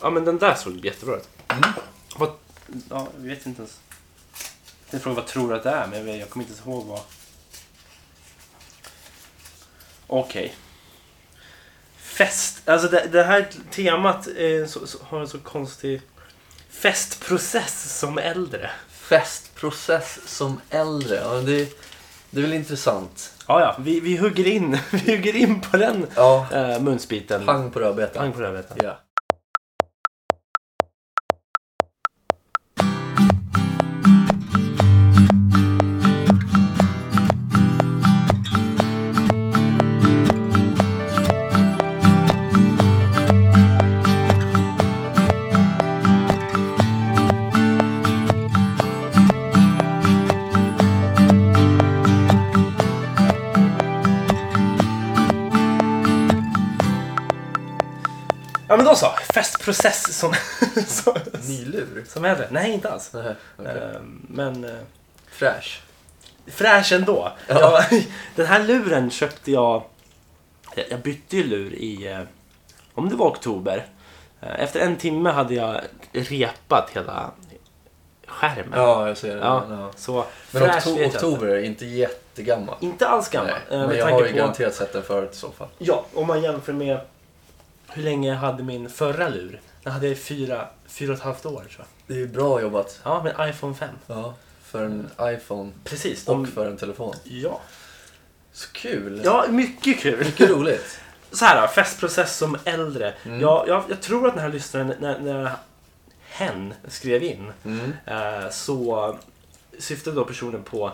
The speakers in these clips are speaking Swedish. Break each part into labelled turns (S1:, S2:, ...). S1: Ja, men den där såg jättebra ut. Vad...
S2: Mm. Ja, jag vet inte ens. Det är frågan vad tror du att det är, men jag vet- jag kommer inte ens ihåg vad. Okej. Fest. Alltså det, det här temat är så, så, har en så konstig festprocess som äldre.
S3: Festprocess som äldre. Ja, det, det är väl intressant.
S2: Ja, ja, vi, vi hugger in. Vi hugger in på den
S3: Ja,
S2: eh, munsbiten.
S3: pang på rödbetan.
S2: Pang på rödbetan.
S3: Ja.
S2: Ja, men då så. Festprocess som, som,
S3: Nylur.
S2: som äldre. Nej, inte alls.
S3: Nej, okej.
S2: Eh, men... eh,
S3: Fräsch.
S2: fräsch ändå.
S3: Ja.
S2: Jag, den här luren köpte jag... jag- Jag bytte ju lur i... eh, Om det var oktober. Eh, Efter en timme hade jag repat hela skärmen.
S3: Ja, jag ser det.
S2: Ja.
S3: Ja.
S2: Så
S3: Men
S2: fräsch
S3: okto-
S2: vet jag
S3: oktober är inte jättegammal.
S2: inte. Inte alls gammal.
S3: Nej,
S2: eh,
S3: men
S2: med
S3: jag
S2: tanke
S3: har ju
S2: på-
S3: garanterat sett den förut i så fall.
S2: Ja, om man jämför med hur länge jag hade min förra lur. Den hade jag i fyra, fyra och ett halvt år tror jag.
S3: Det är ju bra jobbat.
S2: Ja, med iPhone 5.
S3: Ja, för en iPhone
S2: Precis.
S3: och
S2: de-
S3: för en telefon.
S2: Ja.
S3: Så kul!
S2: ja, mycket kul.
S3: Mycket roligt.
S2: Så här då, festprocess som äldre.
S3: Mm.
S2: Jag, jag, jag tror att den här lyssnaren, när, när hen skrev in,
S3: Mm.
S2: eh, så syftade då personen på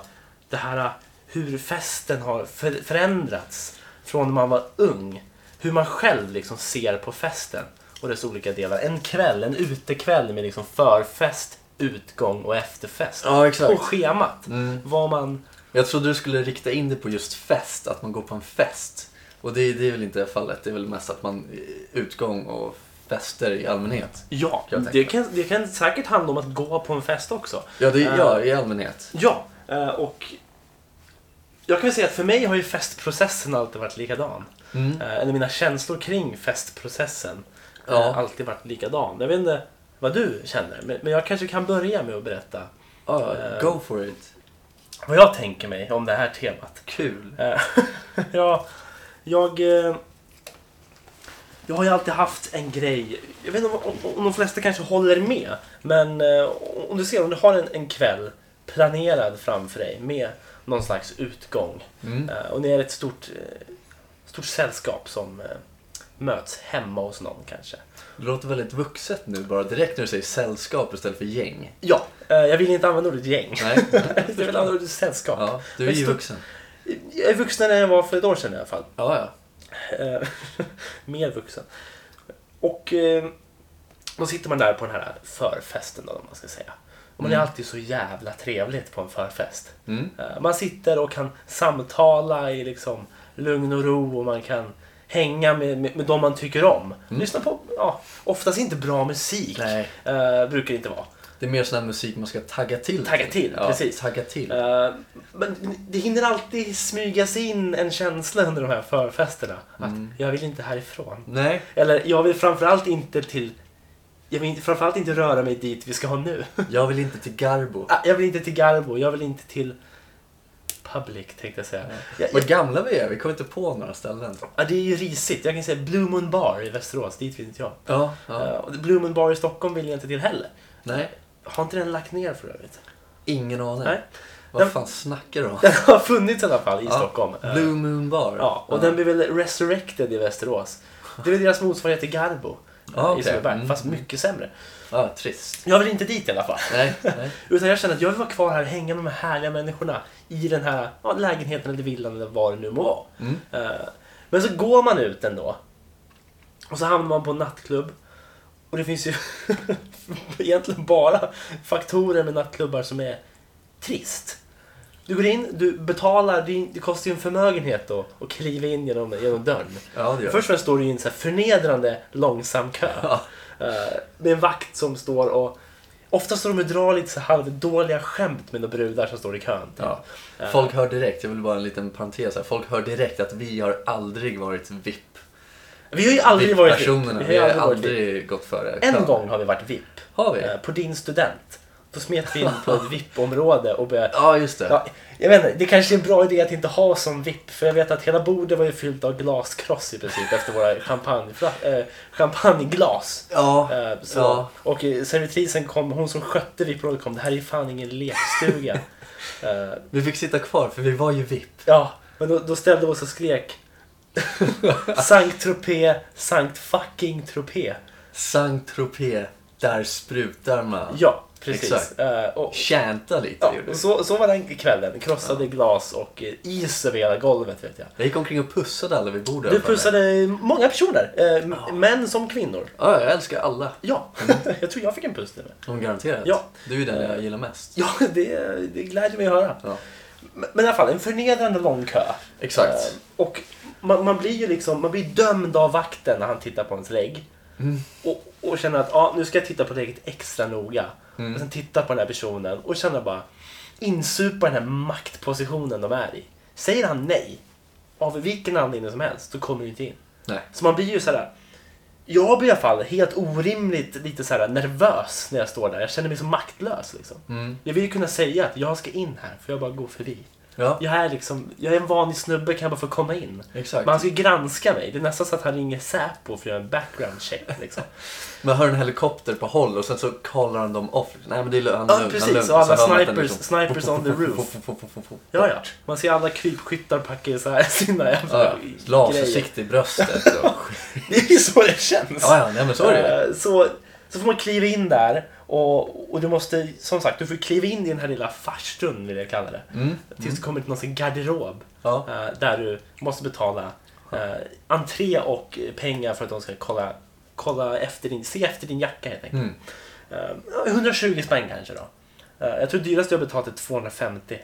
S2: det här eh, hur festen har för, förändrats från när man var ung. Hur man själv liksom ser på festen och dess olika delar. En kväll, en utekväll med liksom förfest, utgång och efterfest.
S3: Ja,
S2: och
S3: exakt.
S2: schemat.
S3: Mm.
S2: Vad man...
S3: Jag trodde du skulle rikta in dig på just fest, att man går på en fest. Och det, det är väl inte fallet, det är väl mest att man eh, utgång och fester i allmänhet.
S2: Ja,
S3: Jag tänker.
S2: det kan, det kan säkert handla om att gå på en fest också.
S3: Ja, det,
S2: Eh.
S3: ja i allmänhet.
S2: Ja, eh, och jag kan säga att för mig har ju festprocessen alltid varit likadan.
S3: Mm.
S2: Eh, Eller mina känslor kring festprocessen eh,
S3: Ja.
S2: alltid varit likadan. Jag vet inte vad du känner, men men jag kanske kan börja med att berätta
S3: Ja,
S2: Eh.
S3: Ah, go for it.
S2: vad jag tänker mig om det här temat.
S3: Kul.
S2: Eh, ja, jag, eh, jag har ju alltid haft en grej. Jag vet inte om, om, om de flesta kanske håller med. Men eh, om du ser, om du har en, en kväll planerad framför dig med någon slags utgång.
S3: Mm.
S2: Eh, och ni är ett stort, eh, stort sällskap som eh, möts hemma hos någon kanske.
S3: Det låter väldigt vuxet nu bara, direkt när du säger sällskap istället för gäng.
S2: Ja, eh, jag vill inte använda ordet gäng.
S3: Nej,
S2: jag vill använda ordet sällskap.
S3: ja, du är ju
S2: Ett stort-
S3: vuxen.
S2: Jag är vuxnare än jag var för ett år sedan i alla fall.
S3: Ja, ja.
S2: Eh, mer vuxen. Och eh, då sitter man där på den här förfesten då, om man ska säga. Och man är alltid så jävla trevligt på en förfest.
S3: Mm.
S2: Eh, man sitter och kan samtala i liksom lugn och ro och man kan hänga med, med, med de man tycker om. Lyssna på, ja, oftast inte bra musik.
S3: Mm. Nej.
S2: Eh, brukar det inte vara.
S3: Det är mer sån här musik man ska tagga till.
S2: Tagga till,
S3: ja,
S2: precis.
S3: Tagga till.
S2: Eh, Men det hinner alltid smyga sig in en känsla under de här förfesterna. Att
S3: Mm.
S2: jag vill inte härifrån.
S3: Nej.
S2: Eller jag vill framförallt inte till... Jag vill inte, framförallt inte röra mig dit vi ska ha nu.
S3: Jag vill inte till Garbo.
S2: Ah, jag vill inte till Garbo, jag vill inte till Public tänkte jag säga. Jag, jag,
S3: Vad gamla vi är, vi kommer inte på några ställen.
S2: ah, det är ju risigt. Jag kan säga Blue Moon Bar i Västerås, dit vill inte jag.
S3: Ja, ja.
S2: Eh, och Blue Moon Bar i Stockholm vill jag inte till heller.
S3: Nej,
S2: Har inte den lagt ner för övrigt?
S3: ingen aning.
S2: Nej. Den-
S3: Vad fan snackar du om?
S2: Den har funnits i alla fall i
S3: Ja,
S2: Stockholm. Eh,
S3: Blue Moon Bar.
S2: Ja, och den blev väl resurrected i Västerås. Det är väl deras motsvarighet till Garbo eh,
S3: Ja, okej.
S2: i Sundbyberg,
S3: Mm.
S2: fast mycket sämre.
S3: Ja, trist.
S2: Jag vill inte dit i alla fall.
S3: Nej, nej.
S2: Utan jag känner att jag vill vara kvar här och hänga med de här härliga människorna i den här ja, lägenheten eller villan eller vad det nu må vara.
S3: Mm.
S2: Eh, Men så går man ut ändå. Och så hamnar man på en nattklubb. Och det finns ju egentligen bara faktorer med nattklubbar som är trist. Du går in, du betalar, det är- det kostar ju en förmögenhet då att kliva in genom, genom dörren.
S3: Ja, det gör
S2: Först och främst står det ju i en så här förnedrande långsam kö.
S3: Ja.
S2: Eh, med en vakt som står och... Ofta står de och drar lite så halvdåliga skämt med några brudar som står i kön. typ.
S3: Ja. Folk hör direkt, jag vill bara en liten parentes här. Folk hör direkt att vi har aldrig varit VIP.
S2: Vi har ju aldrig varit VIP.
S3: personerna, vi har aldrig gått före.
S2: En
S3: kön.
S2: gång har vi varit VIP.
S3: Har vi?
S2: Eh, På din student. Då smet vi in på ett VIP-område och började...
S3: Ja, just det.
S2: Ja, jag vet inte, det kanske är en bra idé att inte ha som VIP. För jag vet att hela bordet var ju fyllt av glaskross i princip efter våra champagne, äh, champagneglas.
S3: Ja.
S2: Eh, Så,
S3: Ja.
S2: Och eh, servitrisen kom, hon som skötte VIP-rådet kom, det här är ju fan ingen lekstuga. Eh,
S3: Vi fick sitta kvar för vi var ju VIP.
S2: ja, men då, då ställde hon sig och skrek Sankt Tropez, Sankt fucking Tropez.
S3: Sankt Tropez, där sprutar man.
S2: Ja, precis.
S3: Exakt.
S2: Eh, och,
S3: Tjänta lite
S2: ja,
S3: gjorde
S2: och
S3: vi.
S2: så, så var den kvällen. Krossade glas och eh, is över hela golvet vet jag.
S3: Jag gick omkring och pussade alla vid bordet.
S2: Du pussade många personer, eh, m- män som kvinnor.
S3: Ja, jag älskar alla.
S2: Ja,
S3: Mm.
S2: jag tror jag fick en puss nu.
S3: De garanterat.
S2: Ja. Eh,
S3: Du är den jag gillar mest.
S2: Ja, det, det gläder mig att höra.
S3: Ja.
S2: Men men i alla fall, en förnedrande lång kö.
S3: Exakt.
S2: Eh, Och man, man blir ju liksom, man blir dömd av vakten när han tittar på ens lägg. Och, och känner att ah, nu ska jag titta på lägget extra noga. Och sen titta på den här personen och känner bara insupa den här maktpositionen de är i. Säger han nej, av vilken anledning som helst, så kommer du inte in.
S3: Nej.
S2: Så man blir ju så här. Jag blir i alla fall helt orimligt lite så här nervös när jag står där. Jag känner mig så maktlös. Liksom. Jag vill ju kunna säga att jag ska in här, för jag bara går förbi.
S3: Ja.
S2: Jag är, liksom, jag är en vanlig snubbe, kan jag bara få komma in?
S3: Exakt.
S2: Men han ska ju granska mig. Det är nästan så att han ringer Säpo för att göra en background check. Liksom.
S3: Man hör en helikopter på håll och sen så kollar han dem off. Nej men det är lugnt, han är
S2: Ja,
S3: lugn, han liksom- är
S2: precis.
S3: lugn.
S2: Och alla
S3: Så hör man att den
S2: snipers- snipers on the roof. Ja, ja. Man ser alla krypskyttar packa så här sina jävla
S3: Ja, ja.
S2: grejer.
S3: Lasersikte i bröstet. Och...
S2: Det är ju så det känns.
S3: Ja, ja, nej men så är det
S2: Eh, så, så får man kliva in där och, och du måste, som sagt, du får kliva in i den här lilla farstun vill jag kalla det. Tills du kommer till någon sån garderob.
S3: Mm. Ja.
S2: eh, där du måste betala eh, entré och pengar för att de ska kolla, kolla efter din, se efter din jacka helt
S3: Mm.
S2: enkelt. Eh, 120 spänn kanske då. Eh, jag tror dyrast jag har betalat är 250.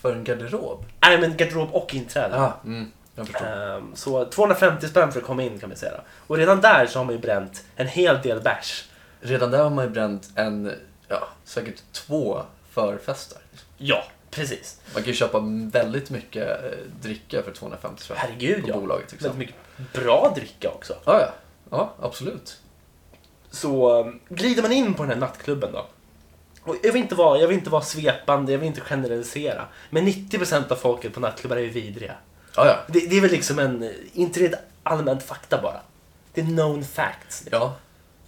S3: För en garderob?
S2: Nej men garderob och inträde.
S3: Ja, mm, jag förstår.
S2: Ehm, Så 250 spänn för att komma in kan vi säga. då. Och redan där så har man ju bränt en hel del bärs.
S3: Redan där har man ju bränt en, ja, säkert två förfester.
S2: Ja, precis.
S3: Man kan ju köpa väldigt mycket eh, dricka för 250 spänn.
S2: Herregud
S3: På
S2: ja.
S3: bolaget liksom. till
S2: Väldigt
S3: exempel.
S2: mycket bra dricka också.
S3: Ja, ja. ja, absolut.
S2: Så ehm, glider man in på den här nattklubben då. Och jag, vill inte vara, jag vill inte vara svepande, jag vill inte generalisera. Men 90% av folket på nattklubbar är ju vidriga.
S3: Ja, ja.
S2: Det, det är väl liksom en, inte det är ett allmänt fakta bara. Det är known facts.
S3: ja.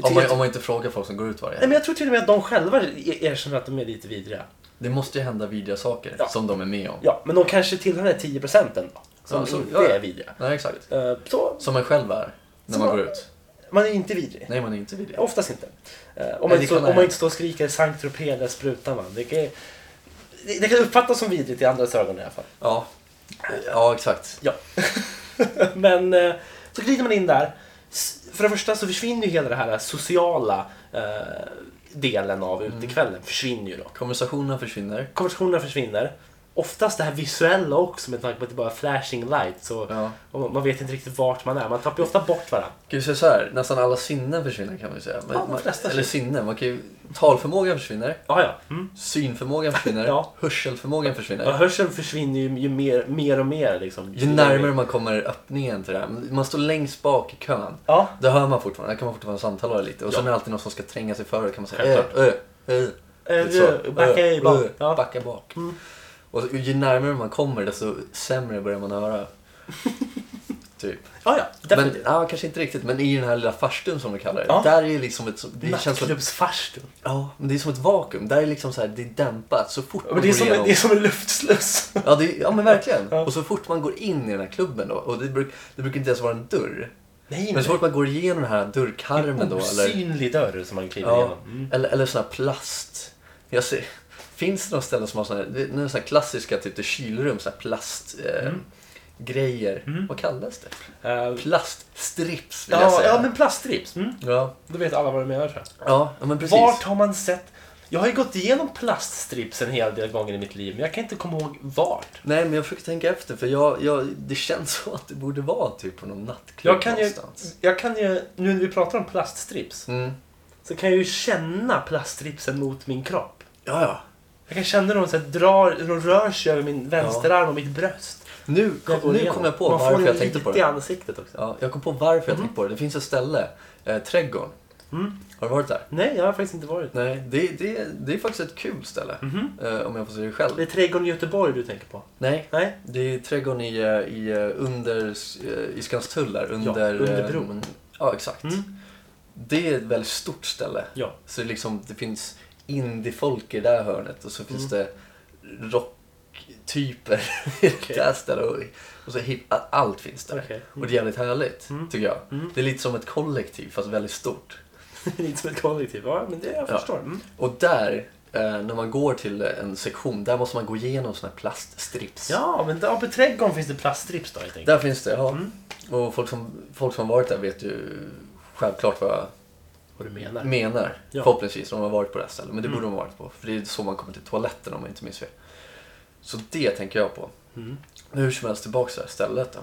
S2: Jag
S3: Om, man,
S2: tycker-
S3: om man inte frågar folk som går ut varje
S2: Nej,
S3: helg.
S2: men jag tror till och med att de själva er- erkänner att de är lite vidriga.
S3: Det måste ju hända vidriga saker
S2: Ja.
S3: som de är med om.
S2: Ja, men de kanske tillhör den här 10 procenten då. Som
S3: Ja, så-
S2: inte
S3: ja, ja.
S2: är vidriga.
S3: Nej, exakt.
S2: Eh, Så,
S3: Som man själv är när
S2: Som
S3: man
S2: man-
S3: går ut.
S2: man är ju inte vidrig.
S3: Nej, man är inte vidrig.
S2: Oftast inte. Eh, Om
S3: Nej,
S2: man,
S3: det
S2: inte,
S3: kan
S2: står-
S3: ha
S2: om man
S3: hänt.
S2: inte står och skriker Sankt Tropez eller sprutar man. Det kan, det, det kan uppfattas som vidrigt i andras ögon i alla fall.
S3: Ja. ja, exakt.
S2: Ja. Men eh, så glider man in där. S- För det första så försvinner ju hela den här sociala eh, delen av
S3: Mm.
S2: utekvällen. Försvinner ju då.
S3: Konversationerna försvinner.
S2: Konversationerna försvinner. Oftast det här visuella också med tanke på att det bara är flashing lights. Och,
S3: Ja.
S2: och man vet inte riktigt vart man är. Man tappar ju ofta bort varandra.
S3: Kan vi säga så här, nästan alla sinnen försvinner kan man ju säga. Men,
S2: Ja, de
S3: man-
S2: flesta
S3: eller sinnen, man kan ju, talförmågan försvinner,
S2: Ja, ja. Mm.
S3: synförmågan försvinner,
S2: Ja.
S3: hörselförmågan
S2: ja
S3: försvinner.
S2: hörseln försvinner ju, ju mer, mer och mer. Liksom.
S3: Ju närmare man kommer öppningen till det här, man står längst bak i kön,
S2: Ja.
S3: då hör man fortfarande, där kan man fortfarande samtala lite. Och sen
S2: Ja.
S3: är det alltid någon som ska tränga sig före, kan man säga
S2: Självklart.
S3: äh, äh, äh.
S2: Eh,
S3: Så,
S2: eh, backa
S3: äh,
S2: i bak.
S3: äh,
S2: Ja. Mm.
S3: Backa bak. Och ju närmare man kommer desto sämre börjar man höra. typ.
S2: Ja, ja.
S3: Men,
S2: Definitivt.
S3: ja, kanske inte riktigt, men i den här lilla farstun som de kallar det.
S2: Ja.
S3: Där är ju liksom ett... så- Det känns som,
S2: Nattklubbsfarstun.
S3: ja, men det är som ett vakuum. Där är liksom så här, det är dämpat. Så fort
S2: Ja,
S3: man
S2: men det, är
S3: går
S2: som,
S3: igenom...
S2: det är som en luftsluss.
S3: Ja, det är, ja, men verkligen.
S2: Ja.
S3: Och så fort man går in i den här klubben då, och det, bruk, det brukar inte ens vara en dörr.
S2: Nej,
S3: Men så fort man går igenom den här dörrkarmen då, eller...
S2: Osynlig dörr som man kliver
S3: Ja,
S2: igenom. Mm.
S3: eller, eller sån här plast. Jag ser, finns det några ställen som har såna här, det är några såna här klassiska, typ det är kylrum, såna här plastgrejer.
S2: Mm.
S3: Eh, grejer. Vad kallas det?
S2: Eh,
S3: Plaststrips vill jag
S2: Mm. ja,
S3: säga.
S2: ja, men plaststrips. Mm.
S3: ja.
S2: Då vet alla vad du menar. tror jag.
S3: Ja, ja, men precis.
S2: Vart har man sett... Jag har ju gått igenom plaststrips en hel del gånger i mitt liv, men jag kan inte komma ihåg vart.
S3: Nej, men jag försöker tänka efter för jag, jag, det känns som att det borde vara typ på någon nattklubb
S2: Jag kan, ju,
S3: någonstans.
S2: jag kan ju, nu när vi pratar om plaststrips,
S3: Mm.
S2: så kan jag ju känna plaststripsen mot min kropp.
S3: Ja, ja.
S2: Jag kan känna hur de så här drar, de rör sig över min vänsterarm och mitt bröst.
S3: Nu,
S2: Nu
S3: kom, nu kom jag på
S2: man
S3: varför
S2: får
S3: jag tänkte på
S2: lite i
S3: det.
S2: ansiktet också.
S3: Ja, jag kom på varför jag tänkte på det. Det finns ett ställe, eh, Trädgården.
S2: Mm.
S3: Har du varit där?
S2: Nej, jag har faktiskt inte varit. Mhm.
S3: Nej, det, det, det är faktiskt ett kul ställe. Eh, om jag får säga det
S2: Det är
S3: själv.
S2: Trädgården i Göteborg du tänker på?
S3: Nej,
S2: Nej?
S3: det är Trädgården i, eh, i, eh, under, eh, i Skanstull där. Under,
S2: under
S3: eh,
S2: bron.
S3: Ja, exakt.
S2: Mm.
S3: Det är ett väldigt stort ställe.
S2: Ja.
S3: Så det liksom, det finns indiefolk i det här hörnet och så
S2: Mm.
S3: finns det rocktyper i det här stället. Och, och så hip, allt finns där.
S2: Okej.
S3: Och det är jävligt härligt,
S2: Mm.
S3: tycker jag.
S2: Mm.
S3: Det är lite som ett kollektiv, fast väldigt stort.
S2: Lite som ett kollektiv. Ja, men det jag
S3: Ja.
S2: förstår. Mm.
S3: Och där, eh, när man går till en sektion, där måste man gå igenom såna här plaststrips.
S2: Ja, men där på Trädgården finns det plaststrips då helt enkelt.
S3: Där finns det, ja.
S2: Mm.
S3: Och folk som, folk som varit där vet ju självklart vad jag
S2: Vad du menar.
S3: menar.
S2: Ja. Mm.
S3: Förhoppningsvis, om de har varit på det här stället. Men det borde de ha varit på. För det är så man kommer till toaletten om jag inte minns fel. Så det tänker jag på.
S2: Mm.
S3: Hur som helst tillbaka till det här stället då.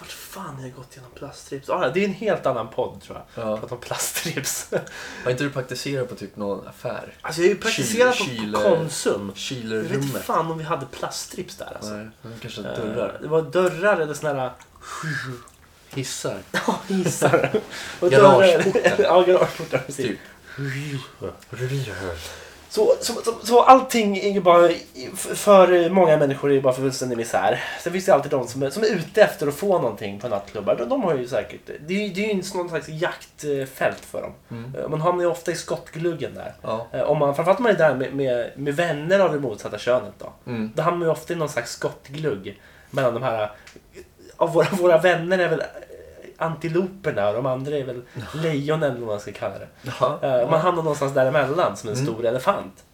S2: Vart fan har jag gått igenom plaststrips? Ah, det är en helt annan podd tror jag.
S3: Ja.
S2: Prata om plaststrips.
S3: Har inte du praktiserat på typ någon affär?
S2: Alltså jag har ju praktiserat på,
S3: Kyl-
S2: på
S3: kyler-
S2: Konsum. Jag vet inte
S3: Kylerrummet?
S2: fan om vi hade plaststrips där alltså.
S3: Nej, men kanske
S2: Eh,
S3: dörrar.
S2: Det var dörrar eller såna här
S3: Hissar.
S2: Ja, hissar. Och
S3: Garageportar.
S2: dörrar. ja, garageportar. Precis.
S3: Typ.
S2: Så, så, så, så allting är ju bara, för många människor är ju bara fullständig misär. Sen finns det alltid de som är, som är ute efter att få någonting på nattklubbar. De, de har ju säkert, det är ju det är ju en sån slags jaktfält för dem. Eh, Man hamnar ju ofta i skottgluggen där.
S3: Ja.
S2: Eh, Om man, framförallt om man är där med, med, med vänner av det motsatta könet då.
S3: Mm.
S2: Då hamnar man ju ofta i någon slags skottglugg mellan de här... Av våra, våra vänner är väl eh, antiloperna och de andra är väl lejonen eller vad man ska kalla det.
S3: Jaha.
S2: Eh, Man hamnar någonstans däremellan som en stor elefant.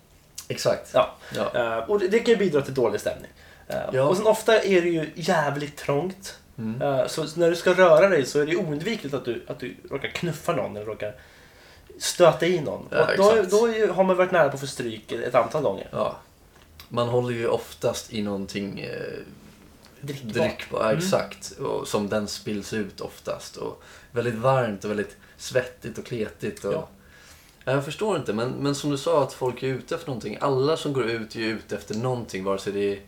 S3: Exakt.
S2: Ja.
S3: Mm. Ja.
S2: Eh, Och det det kan ju bidra till dålig stämning. Eh,
S3: Ja. Mm.
S2: Och sen ofta är det ju jävligt trångt. Eh, Så så när du ska röra dig så är det ju oundvikligt att du, att du råkar knuffa någon eller råkar stöta i någon.
S3: Ja,
S2: och då
S3: exakt.
S2: då är ju- har man varit nära på att få stryk ett antal gånger.
S3: ja. Man håller ju oftast i någonting eh,
S2: Drickbart.
S3: drickbar,
S2: Mm.
S3: exakt. Och som den spills ut oftast. Och väldigt varmt och väldigt svettigt och kletigt. Och...
S2: Ja.
S3: Jag förstår inte, men, men som du sa att folk är ute efter någonting. Alla som går ut är ju ute efter någonting, vare sig det är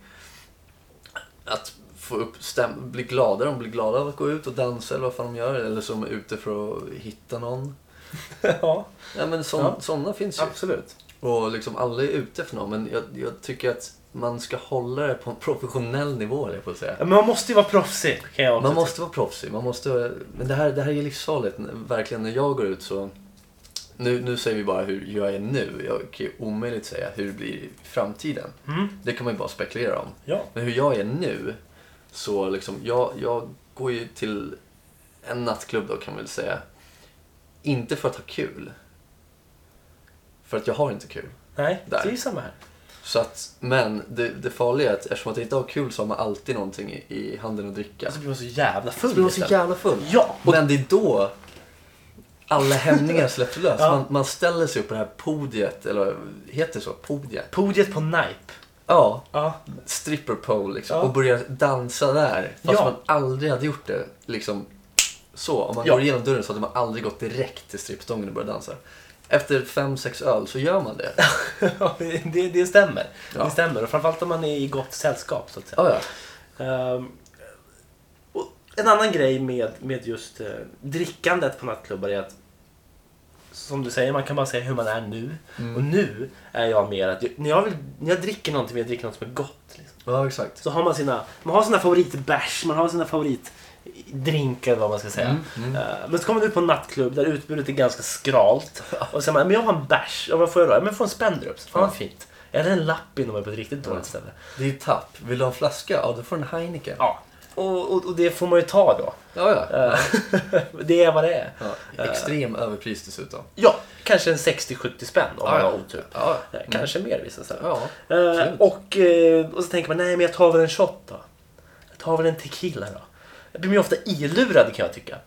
S3: att få upp stäm- bli glada, de blir glada av att gå ut och dansa eller vad fan de gör. Eller som är ute för att hitta någon.
S2: ja,
S3: Ja, men sån,
S2: Ja.
S3: Sådana finns ju.
S2: absolut.
S3: Och liksom alla är ute efter någon, men jag, jag tycker att man ska hålla det på en professionell nivå, höll jag på att säga.
S2: Men man måste ju vara proffsig kan jag också
S3: Man måste vara proffsig. Man måste, men det här, det här är livsfarligt. Verkligen, när jag går ut så... Nu, nu säger vi bara hur jag är nu. Jag kan ju omöjligt säga hur det blir i framtiden.
S2: tycka. Mm.
S3: Det kan man ju bara spekulera om.
S2: Ja.
S3: Men hur jag är nu, så liksom... Jag, jag går ju till en nattklubb då, kan man väl säga. Inte för att ha kul. För att jag har inte kul.
S2: Nej,
S3: Där.
S2: det är ju samma här.
S3: Så att, men det, det farliga är att eftersom att jag inte har kul så har man alltid någonting i, i handen att dricka.
S2: Alltså blir man så jävla
S3: Så blir
S2: full
S3: man så jävla full.
S2: Ja!
S3: Och- Men det är då alla hämningar släpps lös.
S2: Ja.
S3: Man, man ställer sig upp på det här podiet, eller heter det så? Podiet?
S2: Podiet på NIPE.
S3: Ja,
S2: Ja.
S3: stripper pole liksom.
S2: Ja.
S3: Och börjar dansa där. Fast
S2: Ja.
S3: man aldrig hade gjort det. Liksom så. Om man
S2: Ja.
S3: går igenom dörren så hade man aldrig gått direkt till strippstången och börjat dansa. Efter fem, sex öl så gör man det.
S2: det, det stämmer.
S3: Ja.
S2: Det stämmer. Och framförallt om man är i gott sällskap så att säga.
S3: Ja, ja.
S2: Ehm, och en annan grej med, med just eh, drickandet på nattklubbar är att som du säger, man kan bara säga hur man är nu. Och nu är jag mer att jag, när, jag vill, när jag dricker någonting vill jag dricka något som är gott. Liksom.
S3: Ja, exakt.
S2: Så har man sina, man har sina favoritbärs, man har sina favoritdrinkar eller vad man ska säga.
S3: Mm,
S2: Eh, Men så kommer du på en nattklubb där utbudet är ganska skralt. Och så säger man, men jag har en bärs. Ja, vad får jag då? Ja, men jag får en Spendrups. Fan vad fint. Eller en Lappin om jag är på ett riktigt dåligt ställe.
S3: Det är tapp. Vill du ha en flaska? Ja, då får du en Heineken.
S2: Ja. Och, och, och det får man ju ta då.
S3: Ja, ja.
S2: Eh, det är vad det är.
S3: ja. Extrem överpris dessutom.
S2: Ja, kanske en 60-70 spänn om man
S3: Ja,
S2: har
S3: ja.
S2: otur.
S3: Ja, Mm.
S2: Eh, Kanske mer vissa ställen.
S3: ja.
S2: Eh,
S3: Absolut.
S2: och, eh, och så tänker man, nej men jag tar väl en shot då. Jag tar väl en tequila då. Jag blir ju ofta ilurad kan jag tycka.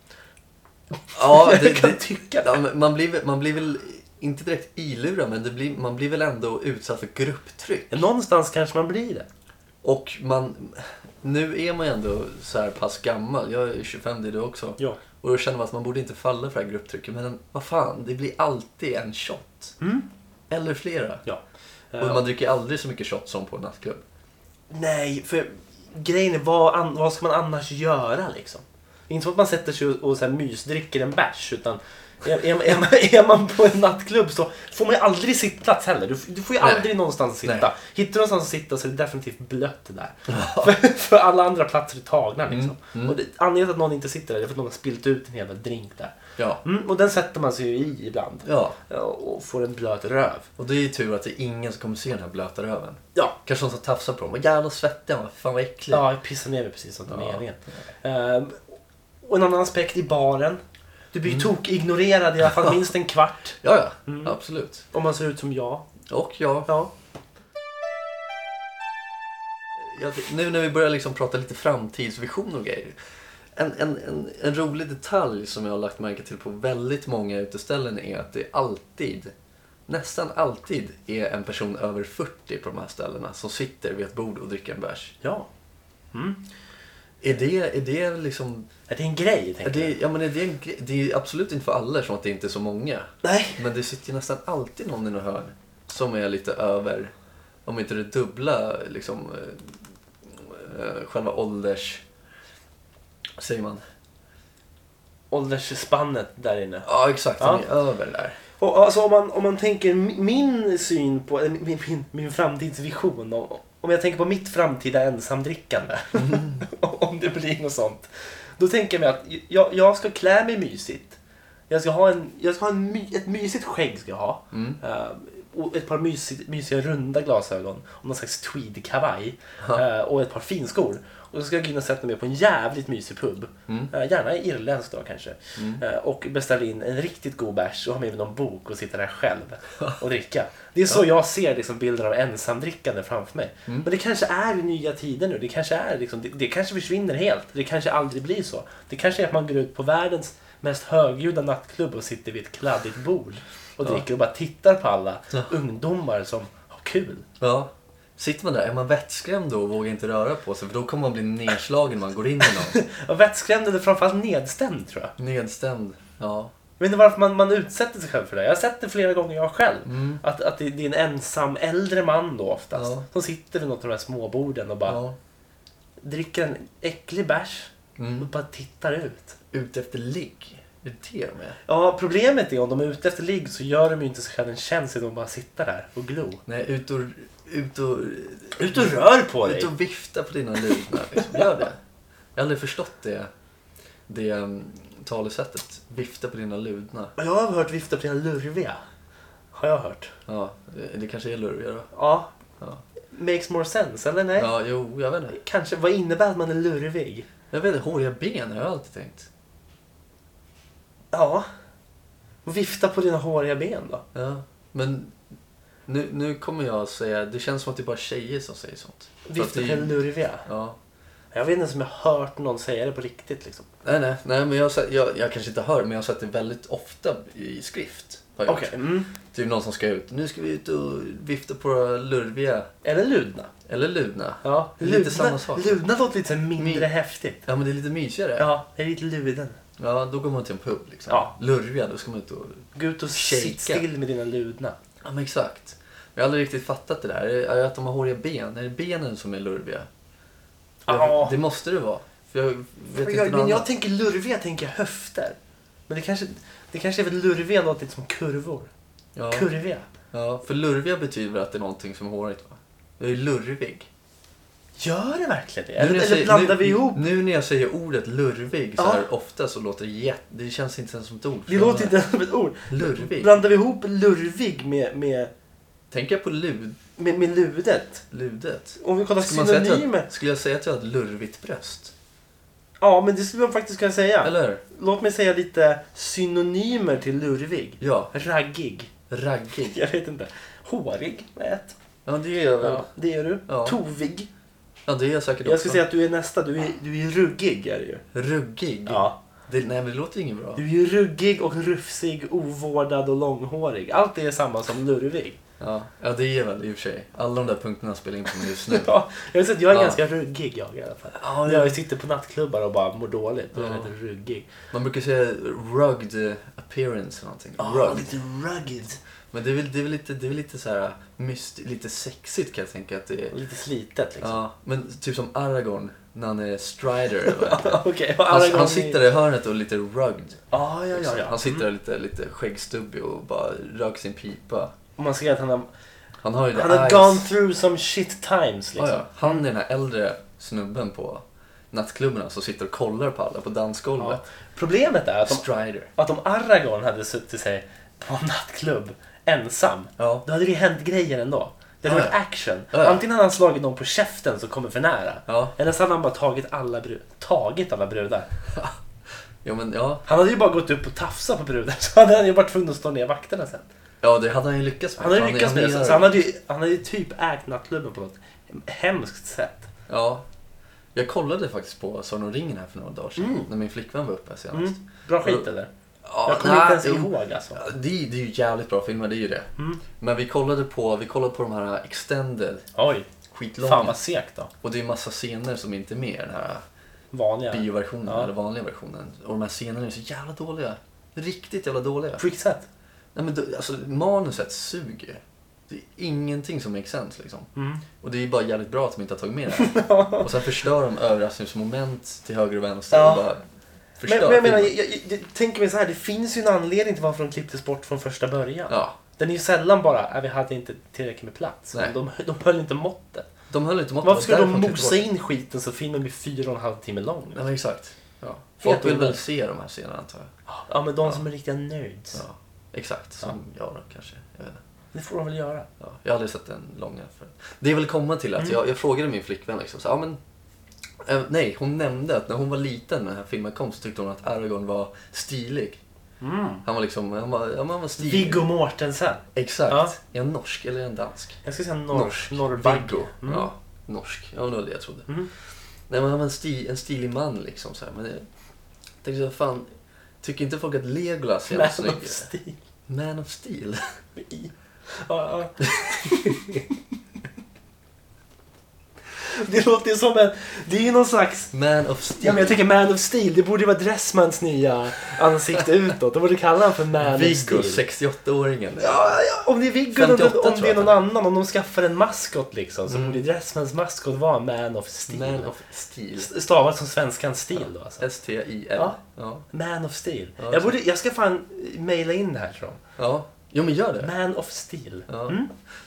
S3: Ja,
S2: Jag
S3: det,
S2: kan
S3: det,
S2: tycka
S3: ja, men man, blir, väl- man blir väl inte direkt ilurad, men det blir, man blir väl ändå utsatt för grupptryck.
S2: Någonstans kanske man blir det.
S3: Och man, nu är man ju ändå så här pass gammal, jag är 25, det är du också.
S2: Ja.
S3: Och då känner man att man borde inte falla för det här grupptrycket, men vad fan, det blir alltid en shot. Eller flera.
S2: Mm. ja. Eh,
S3: Och man dricker aldrig så mycket shot som på en nattklubb.
S2: Nej, för grejen är vad, an, vad ska man annars göra liksom? Det är inte så att man sätter sig och, och så här mysdricker en bärs utan är, är, är, man- är man på en nattklubb så får man ju aldrig sittplats heller. Du, f- du får ju
S3: Nej.
S2: aldrig någonstans att sitta.
S3: Nej.
S2: Hittar du någonstans att sitta så är det definitivt blött det där. för, för alla andra platser är tagna
S3: Mm,
S2: liksom. Och det, anledningen till att någon inte sitter där är för att någon har spilt ut en jävla drink där.
S3: Ja.
S2: Mm, och den sätter man sig ju i ibland.
S3: ja.
S2: Ja, Och får en blöt röv.
S3: Och det är ju tur att det är ingen som kommer se den här blöta röven.
S2: Ja,
S3: Kanske någon som tafsar på dem. Vad jävla svettig han var. Fan vad äcklig.
S2: Ja, jag pissar ner mig precis som det var
S3: Ja.
S2: meningen. Ehm, och en annan aspekt i baren. Du blir mm. tok-ignorerad i alla fall minst en kvart.
S3: Ja, ja.
S2: Mm.
S3: Absolut.
S2: Om man ser ut som jag.
S3: Och ja,
S2: Ja.
S3: jag, nu när vi börjar liksom prata lite framtidsvision och grejer. En, en, en, en rolig detalj som jag har lagt märke till på väldigt många uteställen är att det alltid, nästan alltid, är en person över 40 på de här ställena som sitter vid ett bord och dricker en bärs.
S2: Ja.
S3: Mm. Är det, är det liksom...
S2: Är det en grej?
S3: Är
S2: Tänker
S3: det,
S2: jag.
S3: ja, men är det, en, gre- det är absolut inte för alla som att det inte är så många.
S2: Nej.
S3: Men det sitter ju nästan alltid någon i något hörn som är lite över, om inte det dubbla, liksom eh, eh, själva ålders... Vad säger man?
S2: Åldersspannet där inne.
S3: Ja, exakt.
S2: Ja.
S3: Den är över där.
S2: Och, alltså, om, man, om man tänker mi- min syn på, eller min, min, min framtidsvision. Om, om jag tänker på mitt framtida ensamdrickande. om det blir något sånt. Då tänker jag mig att jag, jag ska klä mig mysigt. Jag ska ha, en, jag ska ha en my, ett mysigt skägg. Ska jag ha. Eh, och ett par mysigt, mysiga runda glasögon. Och någon slags tweedkavaj. eh, och ett par finskor. Och så ska jag gå in och sätta mig på en jävligt mysig pub. Eh, gärna irländsk då kanske. Eh, och beställa in en riktigt god bärs och ha med mig någon bok och sitta där själv och dricka. Det är så jag ser liksom bilden av ensamdrickande framför mig. Men det kanske är nya tider nu. Det kanske, är liksom, det, det kanske försvinner helt. Det kanske aldrig blir så. Det kanske är att man går ut på världens mest högljudda nattklubb och sitter vid ett kladdigt bord och dricker och bara tittar på alla ungdomar som har kul.
S3: Ja. Sitter man där, är man vettskrämd då och vågar inte röra på sig? För då kommer man bli nedslagen när man går in i någon.
S2: Ja, Vettskrämd eller framförallt nedstämd tror jag.
S3: Nedstämd. Ja.
S2: Jag vet inte varför man, man utsätter sig själv för det. Jag har sett det flera gånger jag själv. Att, att det, det är en ensam äldre man då oftast.
S3: Ja.
S2: Som sitter vid något av de här småborden och bara
S3: ja.
S2: dricker en äcklig bärs
S3: Mm.
S2: och bara tittar ut.
S3: Ute efter ligg. Är det det de är?
S2: Ja, problemet är om de är ute efter ligg så gör de ju inte sig själv en tjänst genom att bara sitta där och glo.
S3: Nej, ut och... Ut och...
S2: Ut och rör på dig!
S3: Ut och vifta på dina luvor. Liksom. Gör det. Jag har aldrig förstått det, det um, talesättet. Vifta på dina ludna.
S2: Jag har hört vifta på dina lurviga. Har jag hört.
S3: Ja, det kanske är luriga då.
S2: Ja.
S3: Ja.
S2: Makes more sense, eller nej?
S3: ja, jo, jag vet inte.
S2: Kanske, vad innebär att man är lurvig?
S3: Jag vet inte, håriga ben har jag alltid tänkt.
S2: Ja. Vifta på dina håriga ben då.
S3: Ja, men nu, nu kommer jag att säga, det känns som att det är bara tjejer som säger sånt. För att
S2: Vifta på
S3: det-
S2: dina lurviga.
S3: Ja.
S2: Jag vet inte ens om jag har hört någon säga det på riktigt liksom.
S3: Nej, nej, nej, men jag, har sett- jag, jag kanske inte hör, men jag har sett det väldigt ofta i skrift. har jag gjort.
S2: Okej. Mm.
S3: Typ någon som ska ut, nu ska vi ut och vifta på våra lurviga,
S2: Eller ludna.
S3: eller ludna.
S2: Ja.
S3: Det är lite
S2: ludna,
S3: samma sak.
S2: Ludna låter lite så här mindre
S3: Min-
S2: häftigt.
S3: Ja, men det är lite mysigare.
S2: Ja, jag är lite luden.
S3: Ja, då går man till en pub liksom.
S2: Ja.
S3: Lurviga, då ska man ut och...
S2: Gå ut och sitt
S3: Shakea.
S2: still med dina ludna.
S3: Ja, men exakt. Jag har aldrig riktigt fattat det där. Är det att de har håriga ben? Är det benen som är lurviga?
S2: Ja.
S3: Det måste det vara. För jag vet
S2: Men
S3: inte
S2: jag,
S3: något
S2: men jag
S3: annat.
S2: tänker lurviga, tänker jag höfter. Men det kanske, det kanske är väl lurviga låter lite som kurvor.
S3: Ja.
S2: Kurviga.
S3: ja, för lurviga betyder väl att det är någonting som är hårigt va? Jag är lurvig.
S2: Gör det verkligen det?
S3: Nu när
S2: Eller,
S3: jag
S2: eller
S3: säger-
S2: blandar
S3: nu,
S2: vi ihop?
S3: Nu när jag säger ordet lurvig så
S2: Ja.
S3: här ofta så låter det jätte... Det känns inte ens som ett ord.
S2: Det låter inte ens som ett ord.
S3: Lurvig.
S2: Blandar vi ihop lurvig med, med,
S3: Tänker jag på lud,
S2: med, med ludet?
S3: ludet?
S2: Om vi kollar
S3: Skulle, man säga att
S2: synonymer.
S3: jag, skulle jag säga att jag har ett lurvigt bröst?
S2: Ja, men det skulle man faktiskt kunna säga.
S3: Eller hur?
S2: Låt mig säga lite synonymer till lurvig.
S3: Ja,
S2: Raggig.
S3: raggig.
S2: Jag vet inte. Hårig är ett.
S3: Ja, men det är jag väl.
S2: Ja, det är du.
S3: Ja.
S2: Tovig.
S3: Ja, det är jag säkert
S2: Jag
S3: också.
S2: skulle säga att du är nästa. Du är, du är ruggig är du ju.
S3: Ruggig?
S2: Ja.
S3: Det, nej, men det låter ju inget bra.
S2: Du är ju ruggig och rufsig, ovårdad och långhårig. Allt det är samma som lurvig.
S3: Ja, ja det är jag väl i och för sig. Alla de där punkterna spelar in på mig just nu.
S2: Ja, jag vill säga att jag är
S3: Mm. Ja.
S2: ganska ruggig jag i alla fall.
S3: Ja, det-
S2: När jag sitter på nattklubbar och bara mår dåligt, då är jag
S3: Ja.
S2: lite ruggig.
S3: Man brukar säga rugged appearance eller någonting.
S2: Ah,
S3: Rugged.
S2: lite rugged.
S3: Men det är väl, det är väl lite, det är väl lite så här myst, lite sexigt kan jag tänka att det är.
S2: Lite slitet liksom.
S3: Ja, men typ som Aragorn när han är Strider. eller vad heter.
S2: Okej, okay,
S3: han, han sitter i hörnet och är lite rugged.
S2: Ja, ja, ja.
S3: liksom.
S2: ja.
S3: Han sitter där
S2: Mm.
S3: lite, lite skäggstubbig och bara röker sin pipa.
S2: Och man ser att han har,
S3: Han har ju det
S2: han har
S3: eyes.
S2: gone through some shit times
S3: Ja,
S2: liksom.
S3: ja. Han är den här äldre snubben på nattklubben som sitter och kollar på alla på dansgolvet.
S2: Problemet är att om,
S3: Strider.
S2: att om Aragorn hade suttit sig på en nattklubb ensam,
S3: Ja.
S2: då hade det ju hänt grejer ändå. Det hade
S3: Ja, ja.
S2: varit action.
S3: Ja, ja.
S2: Antingen hade han slagit någon på käften som kommer för nära.
S3: Ja.
S2: Eller så hade han bara tagit alla, bru- tagit alla brudar.
S3: ja, men ja.
S2: Han hade ju bara gått upp och tafsat på brudar så hade han ju varit tvungen att stå ner vakterna sen.
S3: Ja, det hade han ju lyckats med.
S2: Han hade
S3: Fan,
S2: ju lyckats med det.
S3: gör
S2: Så han hade ju, han hade ju typ ägt nattklubben på något hemskt sätt.
S3: Ja. Jag kollade faktiskt på Sagan om ringen här för några dagar sedan. När min flickvän var uppe senast.
S2: Mm. Bra skit eller?
S3: Ja,
S2: Jag kommer inte ens
S3: jo.
S2: ihåg alltså. Mm.
S3: Ja, Det, är- det är ju jävligt bra filmer, det är ju det. Men vi kollade på, vi kollade på de här extended,
S2: Oj,
S3: skitlånga.
S2: fan vad segt då.
S3: Och det är massa scener som inte är med i den här
S2: Vanliga.
S3: bioversionen,
S2: Ja.
S3: eller vanliga versionen. Och de här scenerna är så jävla dåliga. Riktigt jävla dåliga.
S2: Freakset.
S3: Nej, men du- alltså, manuset suger. Det är ingenting som makes sense liksom.
S2: Mm.
S3: Och det är bara jävligt bra att de inte har tagit med det här. Och sen förstör de överraskningsmoment till höger och vänster
S2: Ja.
S3: och bara
S2: Men,
S3: förstör
S2: men jag menar, jag,
S3: filmen.
S2: jag, jag tänker mig så här, det finns ju en anledning till varför de klipptes bort från första början.
S3: Ja,
S2: Den är ju sällan bara att vi hade inte tillräckligt med plats.
S3: Nej.
S2: De, de höll inte måttet.
S3: de höll inte måttet.
S2: Varför ska
S3: Därför
S2: de
S3: klippte bort
S2: mosa
S3: det.
S2: in skiten så filmen blir fyra och en halv timme lång?
S3: Nej, men exakt. Ja. Folk vill väl
S2: onödigt.
S3: se de här scenerna antar jag.
S2: Ja, men de som är riktiga nerds.
S3: Ja. Exakt, som jag då kanske. Jag, vet inte.
S2: Det får de väl göra.
S3: Ja. jag har aldrig sett den långa. För... Det är väl komma till att jag, jag frågade min flickvän liksom, så, ja, men, eh, nej, hon nämnde att när hon var liten när den här filmen kom så tyckte hon att Aragorn var stilig. Han var liksom, han var, ja, men han var stilig.
S2: Mm. Viggo Mortensen.
S3: Exakt.
S2: Ja.
S3: Är han norsk eller är han dansk?
S2: Jag ska säga norsk. Norrbagge.
S3: Viggo. Ja, norsk. Ja, det var det jag trodde.
S2: Mm.
S3: Nej, men han var en, sti, en stilig man liksom. Så här. Men jag tänkte så, fan, tycker inte folk att Legolas är
S2: Man
S3: jävla
S2: of
S3: snygg?
S2: Steel.
S3: Man of Steel?
S2: Med i. Ja, ja. Det låter ju som en... Det är ju någon slags...
S3: Man of Steel.
S2: Ja, men jag tänker Man of Steel. Det borde ju vara Dressmans nya ansikte utåt. De borde kalla honom för Man
S3: Viggo,
S2: of Steel.
S3: 68-åringen.
S2: Ja, ja, om det är Viggo eller om, det-
S3: 58
S2: om det är
S3: tror jag
S2: någon
S3: att Mm.
S2: annan. Om de skaffar en maskot liksom. Så borde Dressmans maskot vara Man of Steel.
S3: Man of Steel.
S2: S- Stavat som svenskan stil då alltså.
S3: S-T-I-L.
S2: Ja.
S3: Ja. Ja.
S2: Man of Steel.
S3: Ja,
S2: Jag,
S3: så.
S2: borde, jag ska fan eh, mejla in det här till dem.
S3: ja. Jo, men gör det.
S2: Man of Steel. Mm.
S3: Ja.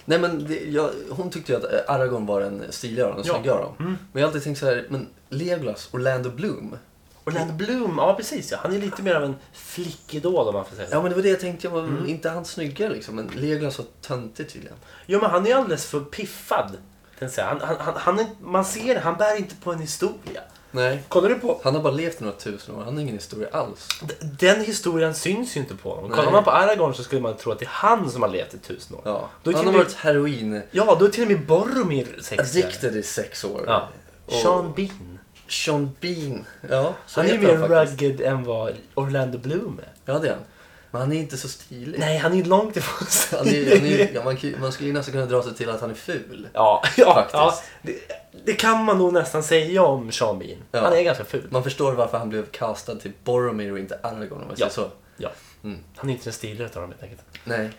S3: Nej, men det, jag, hon tyckte ju att Aragorn var den stiligare av dem,
S2: Ja. Mm.
S3: snyggare av dem. Men jag har alltid tänkt så här, men Legolas, Orlando Bloom.
S2: Orlando Bloom, ja precis ja. Han är lite mer av en flickidol om man får säga så.
S3: Ja men det var det jag tänkte, jag var
S2: Mm.
S3: inte han snyggare liksom men Legolas var töntig tydligen.
S2: Jo men han är ju alldeles för piffad. kan jag säga. Han, han, han, han är, man ser det, han bär inte på en historia.
S3: Nej.
S2: Kollar du på...
S3: Han har bara levt några tusen år, han har ingen historia alls.
S2: d- Den historien syns ju inte på honom. Kollar
S3: Nej.
S2: man på Aragorn så skulle man tro att det är han som har levt i tusen år.
S3: Ja.
S2: Då är
S3: han
S2: till och
S3: har
S2: med-
S3: varit heroin
S2: Ja, då är till och med Boromir 60.
S3: addicted i sex år.
S2: Ja.
S3: Och
S2: Sean Bean.
S3: Sean Bean. Ja, så
S2: Han är ju
S3: heter
S2: mer
S3: faktiskt.
S2: rugged än vad Orlando Bloom är.
S3: Ja det är han. Men han är inte så stilig.
S2: Nej, han är ju långt ifrån sig.
S3: Han är, han är, ja, man, kan ju- man skulle ju nästan kunna dra sig till att han är ful.
S2: Ja, ja,
S3: Faktiskt.
S2: ja det, det kan man nog nästan säga om Sean Bean.
S3: Ja.
S2: Han är ganska ful.
S3: Man förstår varför han blev castad till Boromir och inte Aragorn om man säger
S2: Ja.
S3: så.
S2: Ja.
S3: Mm.
S2: Han är inte den stiligare utav dem helt enkelt.
S3: Nej,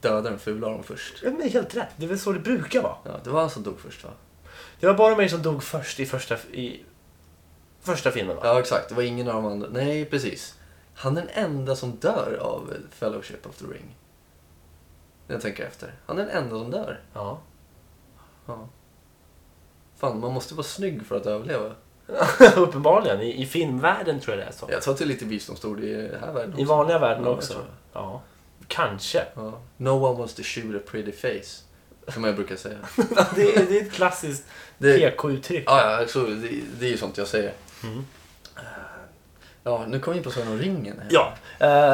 S3: döda den fula av dem först.
S2: Ja, men det är helt rätt. Det är väl så det brukar vara.
S3: Ja, det var han som dog först va?
S2: Det var bara mig som dog först i första, i första filmen va?
S3: Ja, exakt. Det var ingen av de andra. Nej, precis. Han är den enda som dör av Fellowship of the Ring. När jag tänker efter. Han är den enda som dör.
S2: Ja.
S3: Ja. Fan, man måste vara snygg för att överleva.
S2: Uppenbarligen. I, I filmvärlden tror jag det är så.
S3: Jag tror att det är lite visdomsord i den här världen
S2: I
S3: också.
S2: vanliga världen
S3: Ja, jag
S2: också.
S3: tror det.
S2: Ja. Kanske.
S3: Ja. No one wants to shoot a pretty face. Som jag brukar säga.
S2: det, är, det är ett klassiskt
S3: Det-
S2: PK-uttryck.
S3: ja, ja, så det, det är ju sånt jag säger.
S2: Mm.
S3: Eh, Ja, nu kom vi in på Sagan om ringen. här.
S2: Ja,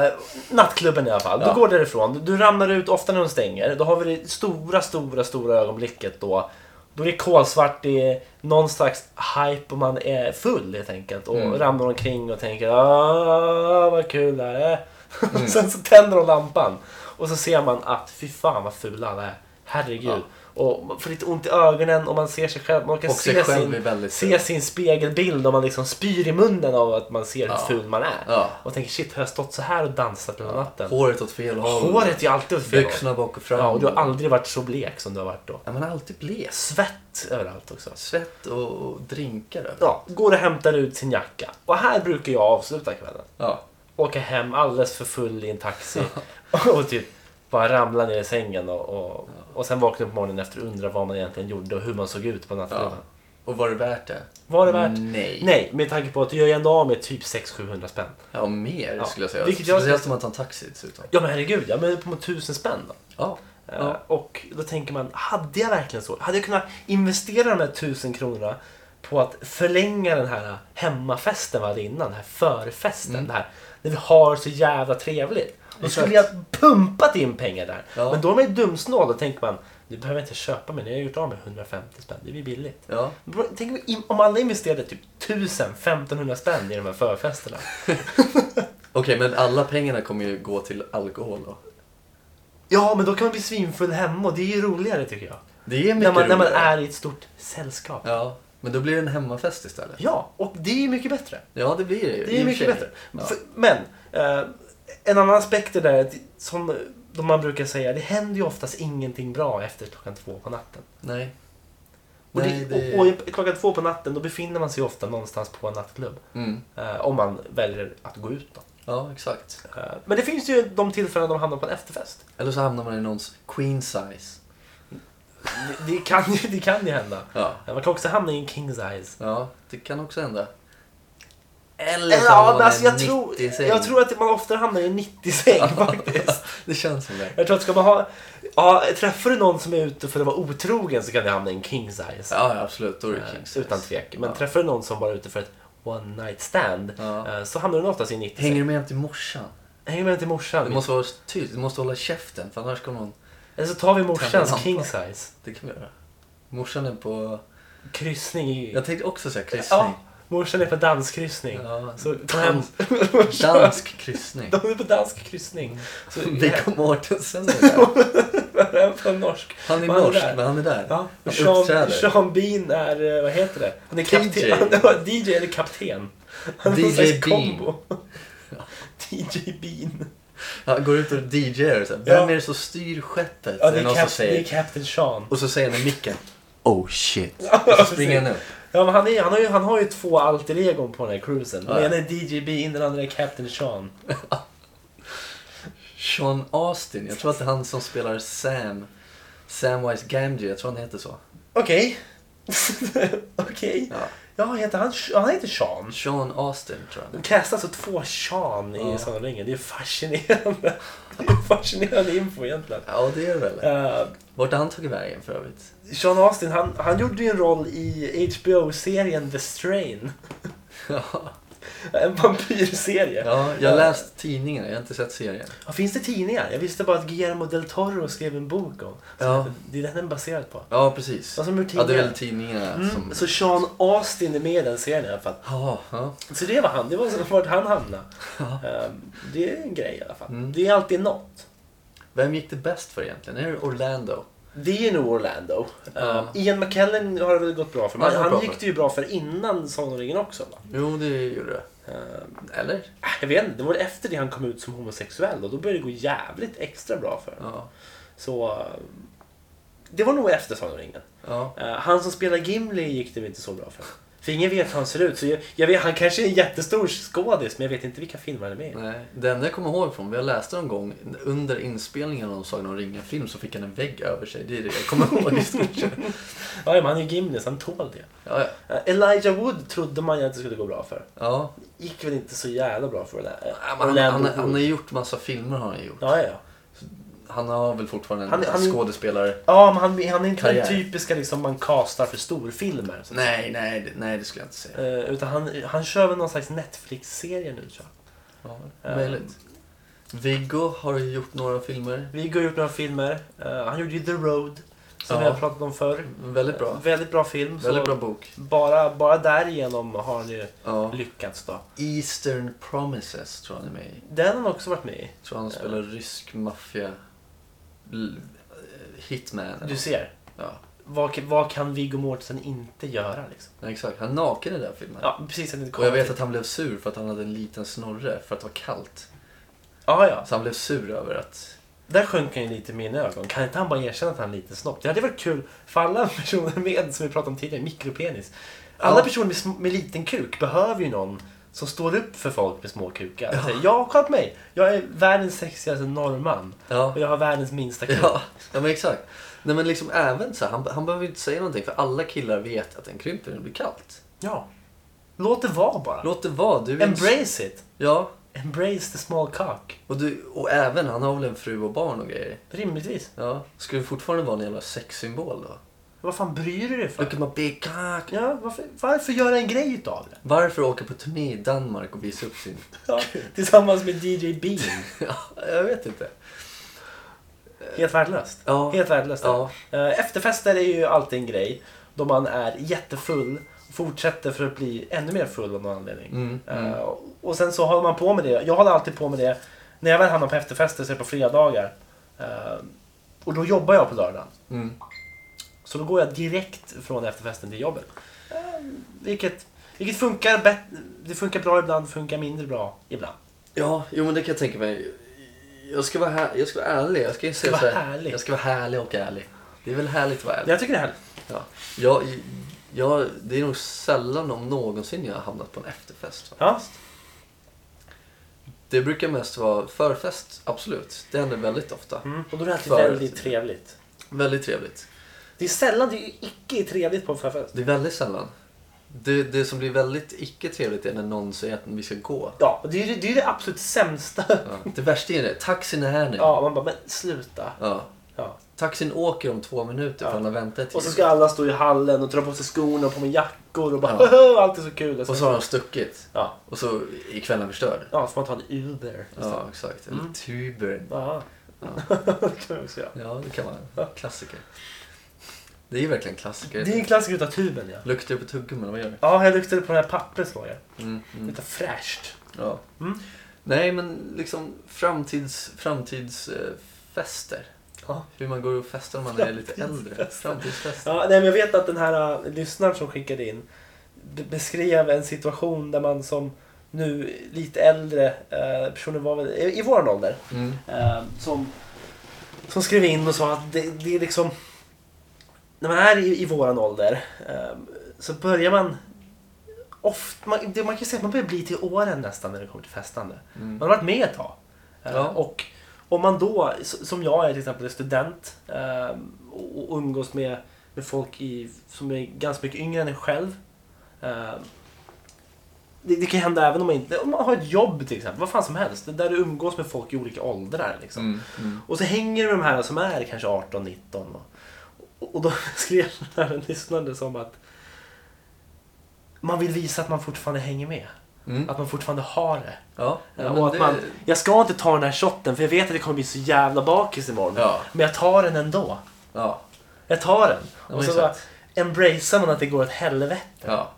S2: eh, nattklubben i alla fall.
S3: Ja.
S2: Du går därifrån, du, du ramlar ut ofta när de stänger. Då har vi det stora, stora, stora ögonblicket då. Då är det kolsvart, det är någon slags hype och man är full helt enkelt. Och
S3: Mm.
S2: ramlar omkring och tänker "Ah, vad kul det här är.
S3: Mm.
S2: Och sen så tänder de lampan. Och så ser man att fy fan vad fula alla är. Herregud. Och man får lite ont i ögonen och man ser sig själv. Man kan
S3: Och sig
S2: se
S3: själv är
S2: sin,
S3: väldigt...
S2: se sin spegelbild och man liksom spyr i munnen av att man ser hur
S3: Ja.
S2: ful man är.
S3: Ja.
S2: Och tänker shit, har jag stått så här och dansat hela natten?
S3: Håret åt fel håll.
S2: Håret är ju alltid åt fel håll.
S3: Byxorna bak och fram.
S2: Ja, och du har aldrig varit så blek som du har varit då.
S3: Ja, man är alltid blek.
S2: Svett överallt också.
S3: Svett och, och drinkar över.
S2: Ja, går och hämtar ut sin jacka. Och här brukar jag avsluta kvällen.
S3: Ja.
S2: Åka hem alldeles för full i en taxi och typ bara ramla ner i sängen och, och, och sen vakna upp morgonen efter och undra vad man egentligen gjorde och hur man såg ut på nattklubben.
S3: ja. Och var det värt det?
S2: Var det värt?
S3: Nej.
S2: Nej, med tanke på att du gör ju ändå av med typ 600-700 spänn.
S3: Ja, mer
S2: Ja.
S3: skulle jag säga.
S2: Vilket jag-
S3: Speciellt om man tar en taxi dessutom.
S2: Ja men herregud, jag menar på mot 1000 spänn då.
S3: Ja.
S2: Eh, Och då tänker man, hade jag verkligen så? Hade jag kunnat investera de här 1000 kronorna på att förlänga den här hemmafesten vi hade innan, den här förfesten, det här, när vi har så jävla trevligt. Då
S3: Mm. Exakt.
S2: skulle jag pumpat in pengar där.
S3: Ja.
S2: Men då är man ju dumsnål och tänker man, nu behöver jag inte köpa mig, nu har jag gjort av med 150 spänn, det blir billigt.
S3: Ja.
S2: Bro, Tänk om- om alla investerade typ 1000, 1500 spänn i de här förfesterna.
S3: Okej, men alla pengarna kommer ju gå till alkohol då.
S2: Ja, men då kan man bli svinfull hemma och det är ju roligare tycker jag.
S3: Det är mycket
S2: När man, när man
S3: roligare.
S2: är i ett stort sällskap.
S3: Ja, men då blir det en hemmafest istället.
S2: Ja, och det är ju mycket bättre.
S3: Ja, det blir det ju.
S2: Det är
S3: i
S2: ju
S3: och
S2: mycket
S3: för sig.
S2: bättre.
S3: Ja.
S2: För, men, eh, en annan aspekt är det att som de man brukar säga, det händer ju oftast ingenting bra efter klockan två på natten.
S3: Nej.
S2: Och,
S3: Nej,
S2: det,
S3: det...
S2: och, och klockan två på natten, då befinner man sig ofta någonstans på en nattklubb.
S3: Mm.
S2: Eh, om man väljer att gå ut då.
S3: Ja, exakt.
S2: Eh, men det finns ju de tillfällen de hamnar på en efterfest.
S3: Eller så hamnar man i någons queen size.
S2: Det, det, kan, ju, det kan ju hända.
S3: Ja.
S2: Eh, Man kan också hamna i en king size.
S3: Ja, det kan också hända. Eller så
S2: Ja,
S3: hamnar
S2: men
S3: man
S2: alltså
S3: i en
S2: jag, tror,
S3: 90-säng.
S2: jag tror att man ofta hamnar i en 90-säng faktiskt.
S3: Det känns som det.
S2: Jag tror att ska man ha... Ja, träffar du någon som är ute för att vara otrogen så kan du hamna i en king size. Eh,
S3: Ja, ja, absolut. Då är det king size.
S2: Utan tvekan. Men
S3: Ja.
S2: träffar du någon som bara är ute för ett one night stand
S3: Ja.
S2: eh, så hamnar du oftast i en 90
S3: Hänger
S2: Hänger,
S3: du med hem till morsan?
S2: Hänger med till morsan.
S3: Du måste vara tyst, du måste hålla käften för annars kommer hon...
S2: Eller så tar vi
S3: Tända lampan.
S2: morsans king size.
S3: Det kan vi göra. Morsan är på...
S2: Kryssning i...
S3: Jag tänkte också säga kryssning.
S2: Ja, morsan är på danskryssning.
S3: Ja.
S2: Så ta hem...
S3: Dansk kryssning.
S2: De är på dansk kryssning. Så
S3: Viggo Mortensen är där.
S2: tar hem från norsk.
S3: Han är
S2: Man är
S3: norsk,
S2: där.
S3: men han är där.
S2: Ja, och
S3: Han
S2: Sean,
S3: uppträder.
S2: Sean Bean är, eh, vad heter det? Han är
S3: DJ.
S2: kapten. Han var DJ eller kapten. Han är någon
S3: DJ
S2: slags
S3: Bean.
S2: kombo. DJ Bean.
S3: Han går ut och DJar och så här, Vem
S2: Ja.
S3: är det som styr skeppet?
S2: Ja,
S3: är
S2: det, är
S3: någon som
S2: kap- det är
S3: säger.
S2: Captain Sean.
S3: Och så säger han i micken. Oh shit. Och så springer han upp.
S2: Ja, men han, är, han, har ju, han har ju två alter egon på den här cruisen. Den
S3: Ja.
S2: ena är DJ Bean, den andra är Captain Sean.
S3: Sean Austin. Jag tror att det är han som spelar Sam. Samwise Gamgee. Jag tror han heter så.
S2: Okej. Okej.
S3: Ja.
S2: Ja, heter han, Sh- ja, han heter Sean.
S3: Sean Austin tror jag.
S2: De castar alltså två Sean i
S3: Ja.
S2: Sagan om ringen. Det är fascinerande. Det är fascinerande info egentligen.
S3: Ja, det är det väl.
S2: Eh,
S3: Vart har han tagit vägen för övrigt?
S2: Sean Austin, han, han gjorde ju en roll i HBO-serien The Strain.
S3: Ja,
S2: En vampyrserie.
S3: ja jag har läst tidningen. Jag har inte sett serien.
S2: Ja, finns det tidningar? Jag visste bara att Guillermo del Toro skrev en bok om. Så
S3: Ja.
S2: Det är den den är baserad på.
S3: Ja, precis.
S2: Vad som gjort
S3: Ja, det är
S2: tidningar. Mm.
S3: väl tidningarna som...
S2: Så Sean Austin är med i den serien i alla fall.
S3: Ja, ja.
S2: Så det var han. Det var så vart han hamnade. Ehm, Det är en grej i alla fall.
S3: Mm.
S2: Det är alltid något.
S3: Vem gick det bäst för egentligen? Är det Orlando?
S2: Det är nog Orlando.
S3: Ja.
S2: Ehm, Ian McKellen har det väl gått bra för. Men
S3: Ja, det har
S2: han
S3: bra
S2: gick
S3: för.
S2: det ju bra för innan Sagan om ringen också. Va?
S3: Jo, det gjorde det.
S2: Ehm,
S3: Eh, Eller?
S2: Äh, Jag vet inte, det var efter det han kom ut som homosexuell och då började det gå jävligt extra bra för honom.
S3: Ja.
S2: Så eh, det var nog efter Sagan om ringen.
S3: ja.
S2: Eh, Han som spelar Gimli gick det väl inte så bra för. För ingen vet hur han ser ut. Så jag, jag vet, han kanske är en jättestor skådis men jag vet inte vilka filmer han är med i.
S3: Nej. Det enda jag kommer ihåg från, jag läste någon gång under inspelningen av Sagan om ringen-film så fick han en vägg över sig. Det är det jag kommer ihåg i stort sett.
S2: Ja, men han är ju Gimli så han tål det.
S3: Ja, ja.
S2: Eh, Elijah Wood trodde man ju att det skulle gå bra för.
S3: ja.
S2: Gick väl inte så jävla bra för det där.
S3: Ja, men Han, han, han har gjort massa filmer har han gjort.
S2: Ja, ja, ja.
S3: Han har väl fortfarande en
S2: Han- han-
S3: skådespelare...
S2: Ja, men han, han är inte
S3: Karriär.
S2: den typiska liksom, man castar för storfilmer. Så.
S3: Nej, nej, det- nej det skulle jag inte säga.
S2: Eh, utan han, han kör väl någon slags Netflix-serie nu tror jag.
S3: Ja,
S2: Ehm.
S3: möjligt. Viggo har ju gjort några filmer.
S2: Vi har gjort några filmer. Eh, han gjorde ju The Road. Som
S3: Ja.
S2: vi har pratat om förr.
S3: Väldigt bra.
S2: Väldigt bra film. så-
S3: Väldigt bra bok.
S2: Bara, bara därigenom har han ju
S3: Ja.
S2: lyckats då.
S3: Eastern Promises tror jag han är med i.
S2: Den har han också varit med i.
S3: tror han spelar rysk maffia... l- eh, Hitman. eller
S2: Du
S3: något.
S2: ser.
S3: Ja,
S2: Vad, vad kan Viggo Mortensen inte göra liksom?
S3: nej, exakt. Han är naken i den här filmen.
S2: Ja, precis. En
S3: Och jag vet att han blev sur för att han hade en liten snorre för att det var kallt.
S2: Ja, ja.
S3: Så han blev sur över att...
S2: Där sjönk han ju lite i mina ögon. Kan inte han bara erkänna att han är lite snopp? Det hade varit kul för alla personer med, som vi pratade om tidigare, mikropenis. Alla
S3: Ja.
S2: personer med, sm- med liten kuk behöver ju någon som står upp för folk med små kukar. Ja. Säger, ja, kolla på mig! Jag är världens sexigaste norrman.
S3: Ja,
S2: Och jag har världens minsta kuk.
S3: ja, ja men exakt. Nej men liksom även så här, han, han behöver ju inte säga någonting för alla killar vet att en krymper när det blir kallt.
S2: Ja. Låt det vara bara.
S3: Låt det vara. Du är en-
S2: Embrace it.
S3: Ja,
S2: Embrace the small cock.
S3: och, du, och även han har väl en fru och barn och grejer.
S2: Rimligtvis.
S3: Ja, skulle det fortfarande vara en jävla sexsymbol då?
S2: Vad fan bryr du dig för?
S3: Look at my big cock.
S2: Ja, varför, varför göra en grej utav det?
S3: Varför åka på turné i Danmark och visa upp sin...
S2: Ja, tillsammans med DJ Bean.
S3: ja, jag vet inte.
S2: Helt värdelöst.
S3: Ja.
S2: Helt värdelöst.
S3: Ja.
S2: Eh, Efterfester är ju alltid en grej då man är jättefull och fortsätter för att bli ännu mer full av någon anledning.
S3: Mm,
S2: Eh, Och sen så håller man på med det. Jag håller alltid på med det. När jag väl hamnar på efterfester så är det på fredagar. Eh, Och då jobbar jag på lördagen.
S3: Mm.
S2: Så då går jag direkt från efterfesten till jobbet. Eh, Vilket, vilket funkar bet- Det funkar bra ibland, funkar mindre bra ibland.
S3: Ja, jo men det kan jag tänka mig. Jag ska vara, här, jag ska vara ärlig. Jag ska, ju säga
S2: vara
S3: så här,
S2: härlig.
S3: Jag ska vara härlig och ärlig. Det är väl härligt att vara ärlig?
S2: Jag tycker det här
S3: Ja. Jag, jag, det är nog sällan om någonsin jag har hamnat på en efterfest. va?
S2: Ja,
S3: Det brukar mest vara förfest, absolut. Det händer väldigt ofta.
S2: mm. och då är det alltid
S3: För-
S2: väldigt trevligt.
S3: Väldigt trevligt.
S2: Det är sällan det är icke trevligt på en förfest.
S3: Det är väldigt sällan. Det, det som blir väldigt icke trevligt är när någon säger att vi ska gå.
S2: Ja, och det är ju det, är ju det absolut sämsta.
S3: Ja. Det värsta är det. Taxin är här nu.
S2: Ja, man bara, men sluta.
S3: Ja.
S2: Ja.
S3: Taxin åker om två minuter för
S2: Ja.
S3: han har väntat
S2: Och så
S3: till.
S2: ska alla stå i hallen och dra på sig skorna och på med jackor och bara,
S3: Ja.
S2: "Haha, allt är så kul.
S3: Och så har han stuckit.
S2: Ja,
S3: Och så är kvällen förstörd.
S2: ja så får man ta en Uber.
S3: Ja, exakt. Eller tuber.
S2: Ja. det kan man också göra.
S3: Ja, det kan vara. Klassiker. Det är ju verkligen klassiker.
S2: Det är en klassiker utav tuben ja.
S3: Luktar du på tuggummin? Vad gör du?
S2: Ja, jag luktade på det här pappret såg jag.
S3: Mm,
S2: Det
S3: mm.
S2: luktar fräscht.
S3: Ja.
S2: Mm.
S3: Nej, men liksom framtids, framtidsfester. Eh, fester.
S2: Ja.
S3: Hur man går och festar när man är lite äldre. Framtidsfester.
S2: Ja, nej, men jag vet att den här äh, lyssnaren som skickade in be- beskrev en situation där man som nu lite äldre äh, personer var väl, i, i vår ålder
S3: Mm.
S2: eh, som, som skrev in och sa att det, det är liksom... När man är i, i våran ålder eh, så börjar man... Ofta, man, det, man kan ju säga att man börjar bli till åren nästan när det kommer till festande.
S3: Mm.
S2: Man har varit med ett tag. Eh,
S3: Ja.
S2: Och om man då, s- som jag är till exempel, är student eh, och, och umgås med, med folk i, som är ganska mycket yngre än en själv. Eh, det, det kan hända även om man inte... Om man har ett jobb till exempel, vad fan som helst. Där du umgås med folk i olika åldrar. Liksom.
S3: Mm. Mm.
S2: Och så hänger de här som är kanske 18, 19. Och, och då skrev den här lyssnande som att man vill visa att man fortfarande hänger med.
S3: Mm.
S2: Att man fortfarande har det.
S3: Ja, ja, men
S2: och att
S3: det-
S2: man, jag ska inte ta den här shotten för jag vet att det kommer bli så jävla bakis imorgon.
S3: Ja.
S2: Men jag tar den ändå.
S3: ja,
S2: Jag tar den.
S3: Ja,
S2: och så bara
S3: exakt.
S2: embracear man att det går åt helvete.
S3: ja.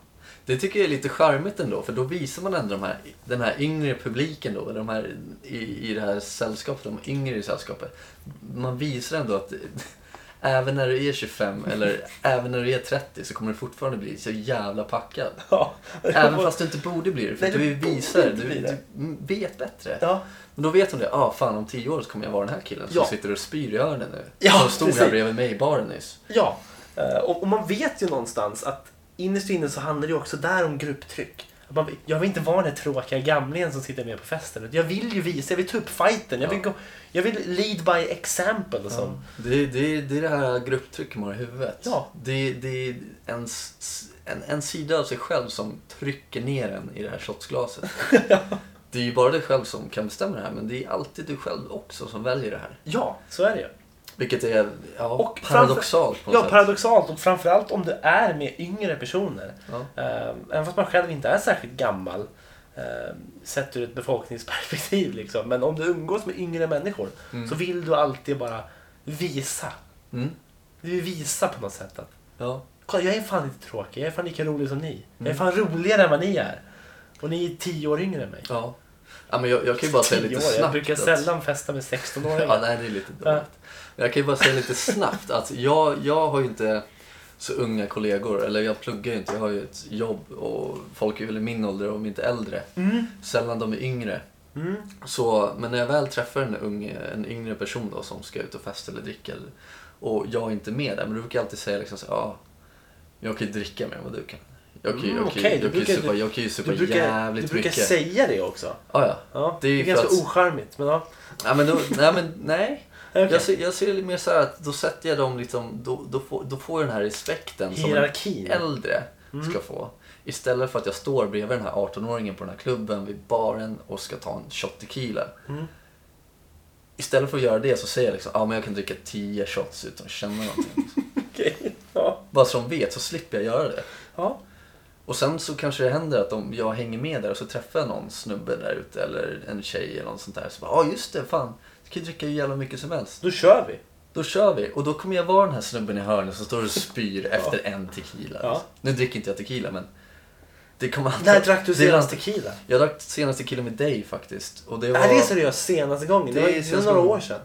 S3: Det tycker jag är lite charmigt ändå, för då visar man ändå de här, den här yngre publiken då, eller de här i, i det här sällskapet, de yngre i sällskapet. Man visar ändå att även när du är 25 eller även när du är 30 så kommer du fortfarande bli så jävla packad.
S2: Ja.
S3: Även fast du inte borde bli det, för
S2: Nej,
S3: du
S2: du
S3: visar,
S2: borde
S3: du,
S2: inte bli
S3: du
S2: det.
S3: vet bättre.
S2: Ja.
S3: Men då vet de det, ah fan om 10 år så kommer jag vara den här killen som
S2: Ja.
S3: sitter och spyr i öronen nu.
S2: Ja,
S3: som stod här
S2: precis.
S3: bredvid mig i baren nyss.
S2: Ja, eh, och, och man vet ju någonstans att innerst inne så handlar det ju också där om grupptryck. Att Man, jag vill inte vara den här tråkiga gamlingen som sitter med på festen. Jag vill ju visa, jag vill ta upp fighten. Jag vill,
S3: Ja.
S2: gå, jag vill lead by example. Som.
S3: Det, det, det är det här grupptrycket man har i huvudet.
S2: Ja.
S3: Det, det är en, s- en, en sida av sig själv som trycker ner en i det här shotsglaset. Det är ju bara du själv som kan bestämma det här, men det är alltid du själv också som väljer det här.
S2: Ja, så är det ju.
S3: Vilket är ja,
S2: Och
S3: paradoxalt på något
S2: Ja,
S3: sätt.
S2: paradoxalt. Och framförallt om du är med yngre personer.
S3: Ja.
S2: Eh, Även fast man själv inte är särskilt gammal. eh, Sett ur ett befolkningsperspektiv. Liksom. Men om du umgås med yngre människor så vill du alltid bara visa.
S3: Mm.
S2: Du vill visa på något sätt att
S3: Ja.
S2: Kolla, jag är fan inte
S3: Mm.
S2: tråkig. Jag är fan lika rolig som ni. Jag är fan roligare än vad ni är. Och ni är tio år yngre än mig.
S3: Ja. Ja, men jag, jag kan ju bara säga
S2: Tio
S3: lite
S2: år.
S3: snabbt.
S2: Jag brukar
S3: att-
S2: sällan festa med 16-åringar.
S3: Ja, nej, det är lite dåligt. Jag kan ju bara säga lite snabbt att jag, jag har ju inte så unga kollegor, eller jag pluggar ju inte, jag har ju ett jobb och folk är väl i min ålder om inte äldre. Sällan de är yngre.
S2: Mm.
S3: Så, men när jag väl träffar en, ung, en yngre person då som ska ut och festa eller dricka eller, och jag är inte med där, men du brukar jag alltid säga liksom så, ja, jag kan ju dricka mer än vad du kan. Jag kan ju-
S2: Mm,
S3: jag kan
S2: okej,
S3: ju-
S2: du
S3: jag kan ju
S2: brukar-
S3: supa- jag kan ju supa
S2: Du brukar, du
S3: jävligt
S2: brukar
S3: mycket.
S2: säga det också.
S3: Ja, ja.
S2: Ja,
S3: Det
S2: det
S3: är
S2: är,
S3: ju för
S2: ganska
S3: att-
S2: ocharmigt. Men ja.
S3: Nej, men då, nej, men nej.
S2: Okej.
S3: Jag, ser, jag ser lite mer så här att då sätter jag dem liksom, då, då, får, då får jag den här respekten som en
S2: Hierarkin. Mm.
S3: äldre ska få. Istället för att jag står bredvid den här 18-åringen på den här klubben vid baren och ska ta en shot tequila.
S2: Mm.
S3: Istället för att göra det så säger jag liksom, ja ah, men jag kan dricka 10 shots utan att känna någonting.
S2: Okej. Ja.
S3: Bara så de vet så slipper jag göra det.
S2: Ja.
S3: Och sen så kanske det händer att om jag hänger med där och så träffar jag någon snubbe där ute eller en tjej eller något sånt där. Så bara, ja ah, just det, fan. Du kan ju dricka hur jävla mycket som helst.
S2: Då kör vi.
S3: Då kör vi. Och då kommer jag vara den här snubben i hörnet som står och spyr efter en tequila.
S2: Ja.
S3: Nu dricker inte jag tequila men... Det kommer alltid...
S2: När drack du
S3: det är
S2: senast
S3: alltid-
S2: tequila?
S3: Jag drack senast tequila med dig faktiskt. Och det
S2: Det
S3: var
S2: här är seriöst senaste gången. Det,
S3: Det är
S2: var, det var
S3: senaste
S2: några
S3: gången.
S2: år sedan.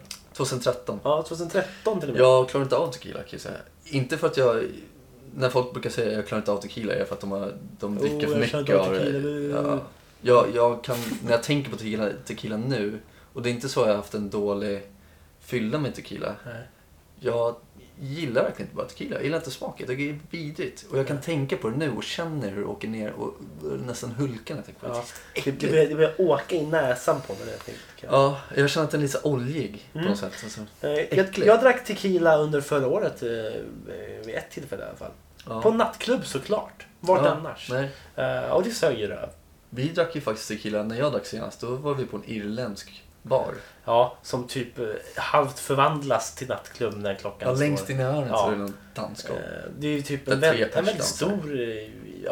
S3: 2013.
S2: Ja, 2013 till och med.
S3: Jag klarar inte av tequila kan jag säga. Inte för att jag... När folk brukar säga att jag klarar inte av tequila är för att de, har, de
S2: Oh,
S3: dricker
S2: jag klarar
S3: för mycket
S2: inte av
S3: av det.
S2: tequila.
S3: Ja. Jag, jag kan, när jag tänker på tequila, tequila nu, och det är inte så jag har haft en dålig fylla med tequila.
S2: Nej.
S3: Jag gillar verkligen inte bara tequila. Jag gillar inte smaken. Jag tycker det är vidrigt. Och jag kan tänka på det nu och känner hur det åker ner och nästan hulkar när jag tänker på det.
S2: Ja. Det, det, börjar, det börjar åka i näsan på mig. när Jag, tänker.
S3: Ja, jag känner att den är lite så oljig
S2: Mm.
S3: på något sätt. Alltså,
S2: Eh, jag,
S3: äckligt.
S2: jag drack tequila under förra året. eh, Vid ett tillfälle i alla fall.
S3: ja.
S2: På nattklubb såklart. Vart
S3: Ja,
S2: annars?
S3: Nej.
S2: Eh, och det sög ju röv.
S3: Vi drack ju faktiskt tequila när jag drack senast. Då var vi på en irländsk bar.
S2: Ja, som typ eh, halvt förvandlas till nattklubb när klockan
S3: Ja,
S2: slår.
S3: längst in i hörnet så
S2: Ja.
S3: är det någon dansgolv.
S2: Eh, Det är ju typ
S3: Där
S2: en, vä-
S3: tre pers
S2: en väldigt
S3: dansar.
S2: stor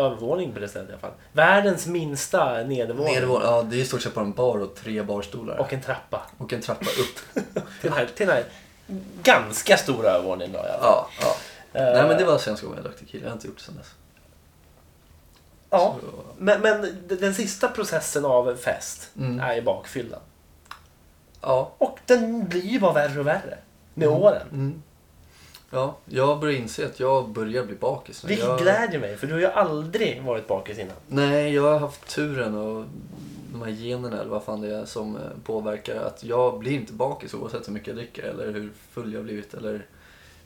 S2: eh, övervåning på det stället i alla fall. Världens minsta nedervåning.
S3: Nedervåning. Ja, det är i stort sett bara en bar och tre barstolar.
S2: Och en trappa.
S3: Och en trappa upp.
S2: Till den här, till den här ganska stora övervåningen då i alla fall.
S3: Ja, ja.
S2: Eh.
S3: Nej men det var senaste gången jag drack tequila. Jag har inte gjort det sen dess.
S2: Eh, Ja.
S3: Så-
S2: Men, men den sista processen av en fest
S3: Mm.
S2: är ju bakfyllan.
S3: Ja.
S2: Och den blir ju bara värre och värre. Med åren.
S3: Mm. Ja, jag börjar inse att jag börjar bli bakis nu.
S2: Vilket
S3: jag...
S2: glädjer mig, för du har ju aldrig varit bakis innan.
S3: Nej, jag har haft turen och de här generna eller vad fan det är som eh, påverkar att jag blir inte bakis oavsett hur mycket jag dricker eller hur full jag blivit eller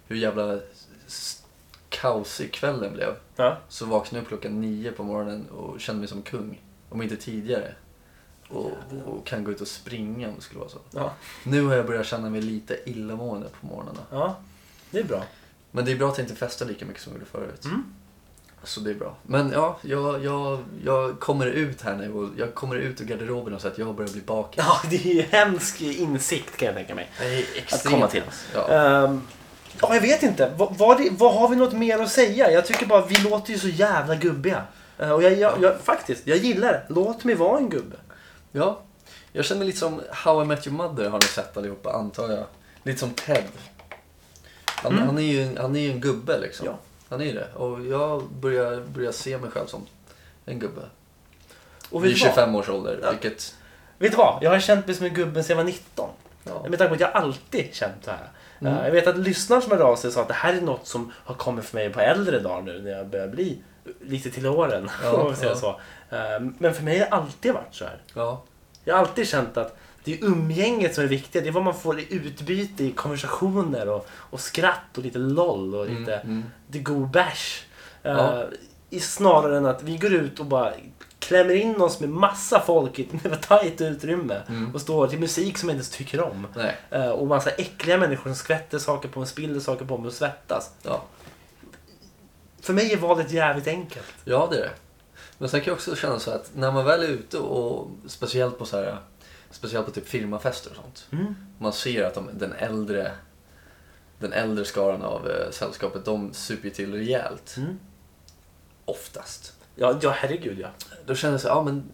S3: hur jävla s- kaosig kvällen blev.
S2: Ja.
S3: Så vaknade jag upp klockan nio på morgonen och kände mig som kung. Om inte tidigare. Och, och kan gå ut och springa om det skulle vara så.
S2: Ja.
S3: Nu har jag börjat känna mig lite illamående på morgnarna.
S2: ja, det är bra.
S3: Men det är bra att jag inte festar lika mycket som jag gjorde förut.
S2: Mm.
S3: Så det är bra. Men ja, jag, jag, jag kommer ut här nu och jag kommer ut ur garderoben och säger att jag börjar bli bakis.
S2: Ja, det är ju hemsk insikt kan jag tänka mig.
S3: Det är extremt.
S2: Att komma till.
S3: Ja.
S2: Ehm, ja, jag vet inte. Vad, vad, det, vad har vi något mer att säga? Jag tycker bara vi låter ju så jävla gubbiga. Eh, och jag, jag, jag, faktiskt, jag gillar det. Låt mig vara en gubbe.
S3: ja. Jag känner mig lite som How I Met Your Mother har ni sett allihopa antar jag. Lite som Ted. Han, han, är, ju, en- han är ju en gubbe liksom.
S2: Mm. Ja.
S3: Han är ju det. Och jag börjar, börjar se mig själv som en gubbe.
S2: Och
S3: Vid
S2: vet du vad?
S3: 25 års ålder.
S2: Ja.
S3: Vilket...
S2: Vet du vad? Jag har känt mig som en gubbe sedan jag var 19.
S3: Ja. Mm.
S2: Med tanke på att jag alltid känt så här. Eh, jag vet att lyssnare som hörde av sig sa att det här är något som har kommit för mig på äldre dagar nu när jag börjar bli lite till åren.
S3: Ja,
S2: om man säger
S3: ja.
S2: så. Eh, men för mig har det alltid varit så här.
S3: ja.
S2: Jag har alltid känt att det är umgänget som är viktigt. Det är vad man får i utbyte i konversationer och, och skratt och lite loll och lite det är god bärs. Eh,
S3: Mm, Ja.
S2: i- snarare än att vi går ut och bara klämmer in oss med massa folk i ett tajt utrymme och står till musik som jag inte ens tycker om.
S3: Mm. Nej.
S2: Eh, och massa äckliga människor som skvätter saker på en, spiller saker på mig och svettas.
S3: Ja.
S2: För mig är valet jävligt enkelt.
S3: Ja, det är det. Men sen kan jag också känna så att när man väl är ute och speciellt på så här, speciellt på typ firmafester och sånt. Man ser att de, den äldre den äldre skaran av eh, sällskapet, de super ju till rejält.
S2: Mm.
S3: Oftast.
S2: Ja, ja herregud ja.
S3: Då känner jag så här, ja men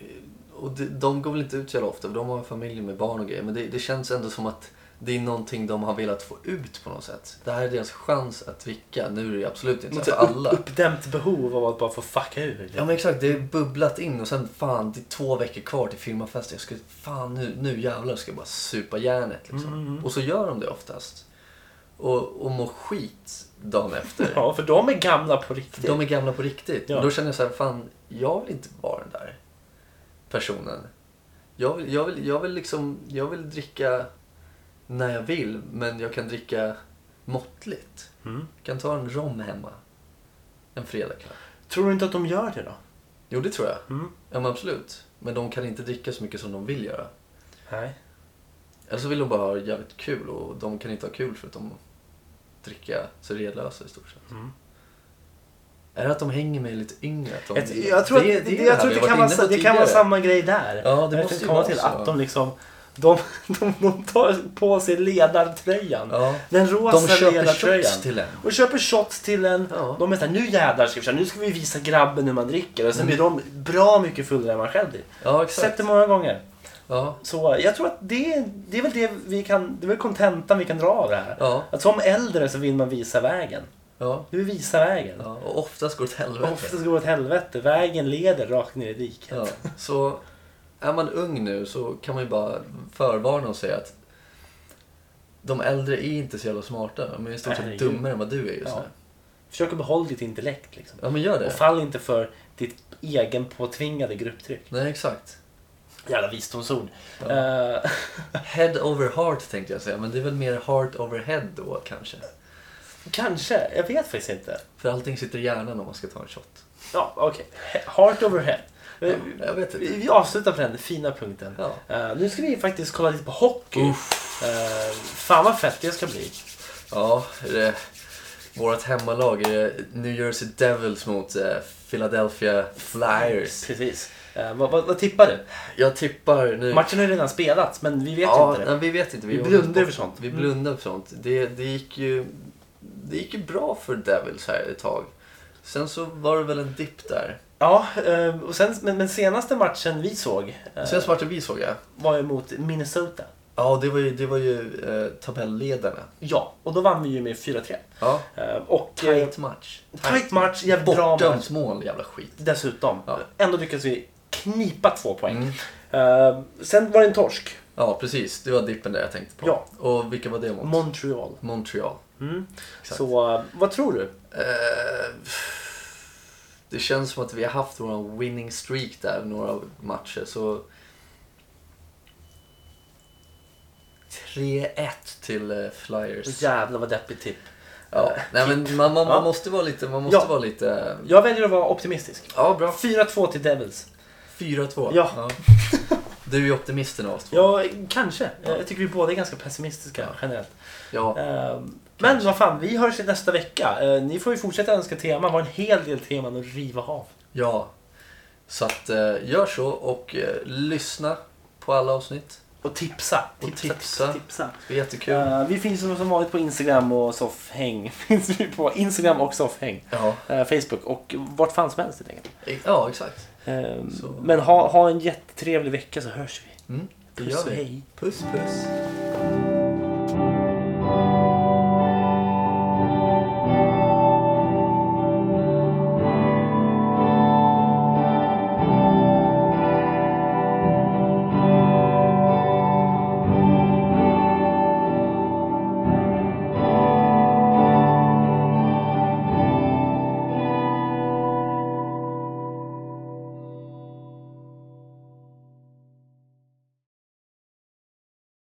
S3: eh, och de, de går väl inte ut så jävla ofta, för de har familj med barn och grejer. Men det, det känns ändå som att det är någonting de har velat få ut på något sätt. Det här är deras chans att dricka. Nu är det absolut inte
S2: typ-
S3: så här för alla.
S2: Alltså, Uppdämt behov av att bara få fucka ur.
S3: Ja men exakt, det är bubblat in och sen fan det är två veckor kvar till firmafesten. Jag ska, fan nu, nu jävlar ska jag bara supa järnet liksom.
S2: Mm,
S3: Och så gör de det oftast. Och, och mår skit dagen efter.
S2: Ja, för de är gamla på riktigt.
S3: För de är gamla på riktigt.
S2: Ja.
S3: Och då känner jag så här, fan jag vill inte vara den där personen. Jag vill, jag vill, jag vill liksom, jag vill dricka när jag vill men jag kan dricka måttligt.
S2: Mm.
S3: Jag kan ta en rom hemma. En fredagkväll.
S2: Tror du inte att de gör det då?
S3: Jo, det tror jag.
S2: Mm.
S3: Ja, men absolut. Men de kan inte dricka så mycket som de vill göra.
S2: Nej.
S3: Eller så vill de bara ha jävligt kul och de kan inte ha kul för att de dricka sig redlösa i stort sett.
S2: Mm.
S3: Är det att de hänger med lite yngre? Att de
S2: Jag, jag tror att det, det,
S3: här
S2: jag tror
S3: vi
S2: att
S3: har
S2: det, kan, vara,
S3: varit inne på
S2: sa- det kan vara
S3: tidigare.
S2: samma grej där.
S3: Ja,
S2: Jag
S3: det måste
S2: tänkte
S3: ju
S2: komma
S3: vara
S2: till
S3: så.
S2: Att de liksom... De, de, de tar på sig ledartröjan.
S3: Ja.
S2: Den rosa
S3: De köper
S2: ledartröjan.
S3: shots till en.
S2: Och köper shots till en.
S3: Ja.
S2: De är såhär, nu jävlar ska vi köra. Nu ska vi visa grabben hur man dricker. Och sen blir de bra mycket fullare än man själv blir.
S3: Ja,
S2: Sett
S3: Mm. exakt.
S2: det många gånger.
S3: Ja,
S2: Så jag tror att det, det är väl det vi kan, det är väl kontentan vi kan dra av det här.
S3: Ja.
S2: Att som äldre så vill man visa vägen.
S3: ja,
S2: Du vill visa vägen.
S3: ja. Och oftast går det åt helvete.
S2: Oftast går det åt helvete. Vägen leder rakt ner i diket.
S3: Ja, så är man ung nu så kan man ju bara förvarna och säga att de äldre är inte så jävla smarta. De är i stort sett
S2: Herregud.
S3: dummare än vad du är just
S2: Ja.
S3: nu.
S2: Försök att behålla ditt intellekt liksom.
S3: Ja men gör
S2: Och
S3: det.
S2: fall inte för ditt egen påtvingade grupptryck.
S3: Nej exakt.
S2: Jävla visdomsord.
S3: Ja.
S2: Eh,
S3: Head over heart tänkte jag säga men det är väl mer heart over head då kanske.
S2: kanske, jag vet faktiskt inte.
S3: För allting sitter i hjärnan om man ska ta en shot.
S2: Ja, okej. Heart over head.
S3: Ja,
S2: Eh,
S3: jag vet
S2: Vi
S3: inte.
S2: vi avslutar på den fina punkten.
S3: Ja.
S2: Eh, nu ska vi faktiskt kolla lite på hockey. Eh, fan vad fett det ska bli.
S3: Ja, det, vårt hemmalag är New Jersey Devils mot eh, Philadelphia Flyers.
S2: Precis. Eh, vad, vad, vad tippar du?
S3: Jag tippar nu...
S2: Matchen har ju redan spelats, men vi vet
S3: ja,
S2: ju inte det.
S3: Nej, vi vet inte.
S2: Vi
S3: har
S2: blundar
S3: hållit på-
S2: för sånt.
S3: Vi blundar för sånt. Mm. Det, det, gick ju, det gick ju bra för Devils här ett tag. Sen så var det väl en dipp där.
S2: Ja, eh, och sen, men, men senaste matchen vi såg eh,
S3: Sen svart vi såg jag.
S2: var ju mot Minnesota.
S3: Ja, det var ju, det var ju eh, tabelledarna.
S2: Ja, och då vann vi ju med 4-3.
S3: Ja.
S2: Eh, och eh,
S3: Tight match.
S2: tight match, jävligt bra match.
S3: Bortdömt mål, jävla skit.
S2: Dessutom.
S3: Ja.
S2: Ändå lyckades vi knipa två poäng.
S3: Mm.
S2: Eh, sen var det en torsk.
S3: Ja, precis. Det var dippen där jag tänkte på.
S2: Ja.
S3: Och vilka var det mot?
S2: Montreal.
S3: Montreal.
S2: Mm.
S3: Exakt.
S2: Så eh, vad tror du?
S3: Eh, det känns som att vi har haft vår winning streak där några matcher. Så 3-1 till eh, Flyers.
S2: Jävlar vad deppigt tipp.
S3: Ja. Nej, men man, man,
S2: Ja.
S3: man måste vara lite... Man måste
S2: Ja.
S3: vara lite...
S2: Jag väljer att vara optimistisk.
S3: Ja, bra.
S2: 4-2 till Devils.
S3: 4-2.
S2: Ja.
S3: Du är optimisten av oss två.
S2: Ja, kanske. Jag tycker vi båda är ganska pessimistiska
S3: Ja.
S2: generellt.
S3: Ja.
S2: Ehm, Men vad fan, vi hörs ju nästa vecka. Eh, Ni får ju fortsätta önska tema. Vi har en hel del teman att riva av.
S3: ja. Så att eh, gör så och eh, lyssna på alla avsnitt.
S2: Och tipsa.
S3: Och tipsa.
S2: tipsa.
S3: Det är jättekul.
S2: Eh, vi finns som, som vanligt på Instagram och Soffhäng. finns vi på Instagram och Soffhäng.
S3: Ja.
S2: Eh, Facebook och vart fan som helst helt enkelt.
S3: ja, exakt.
S2: Ehm,
S3: Så.
S2: Men ha, ha en jättetrevlig vecka så hörs vi.
S3: Mm. Det
S2: Puss
S3: gör
S2: och
S3: vi.
S2: hej.
S3: Puss, puss.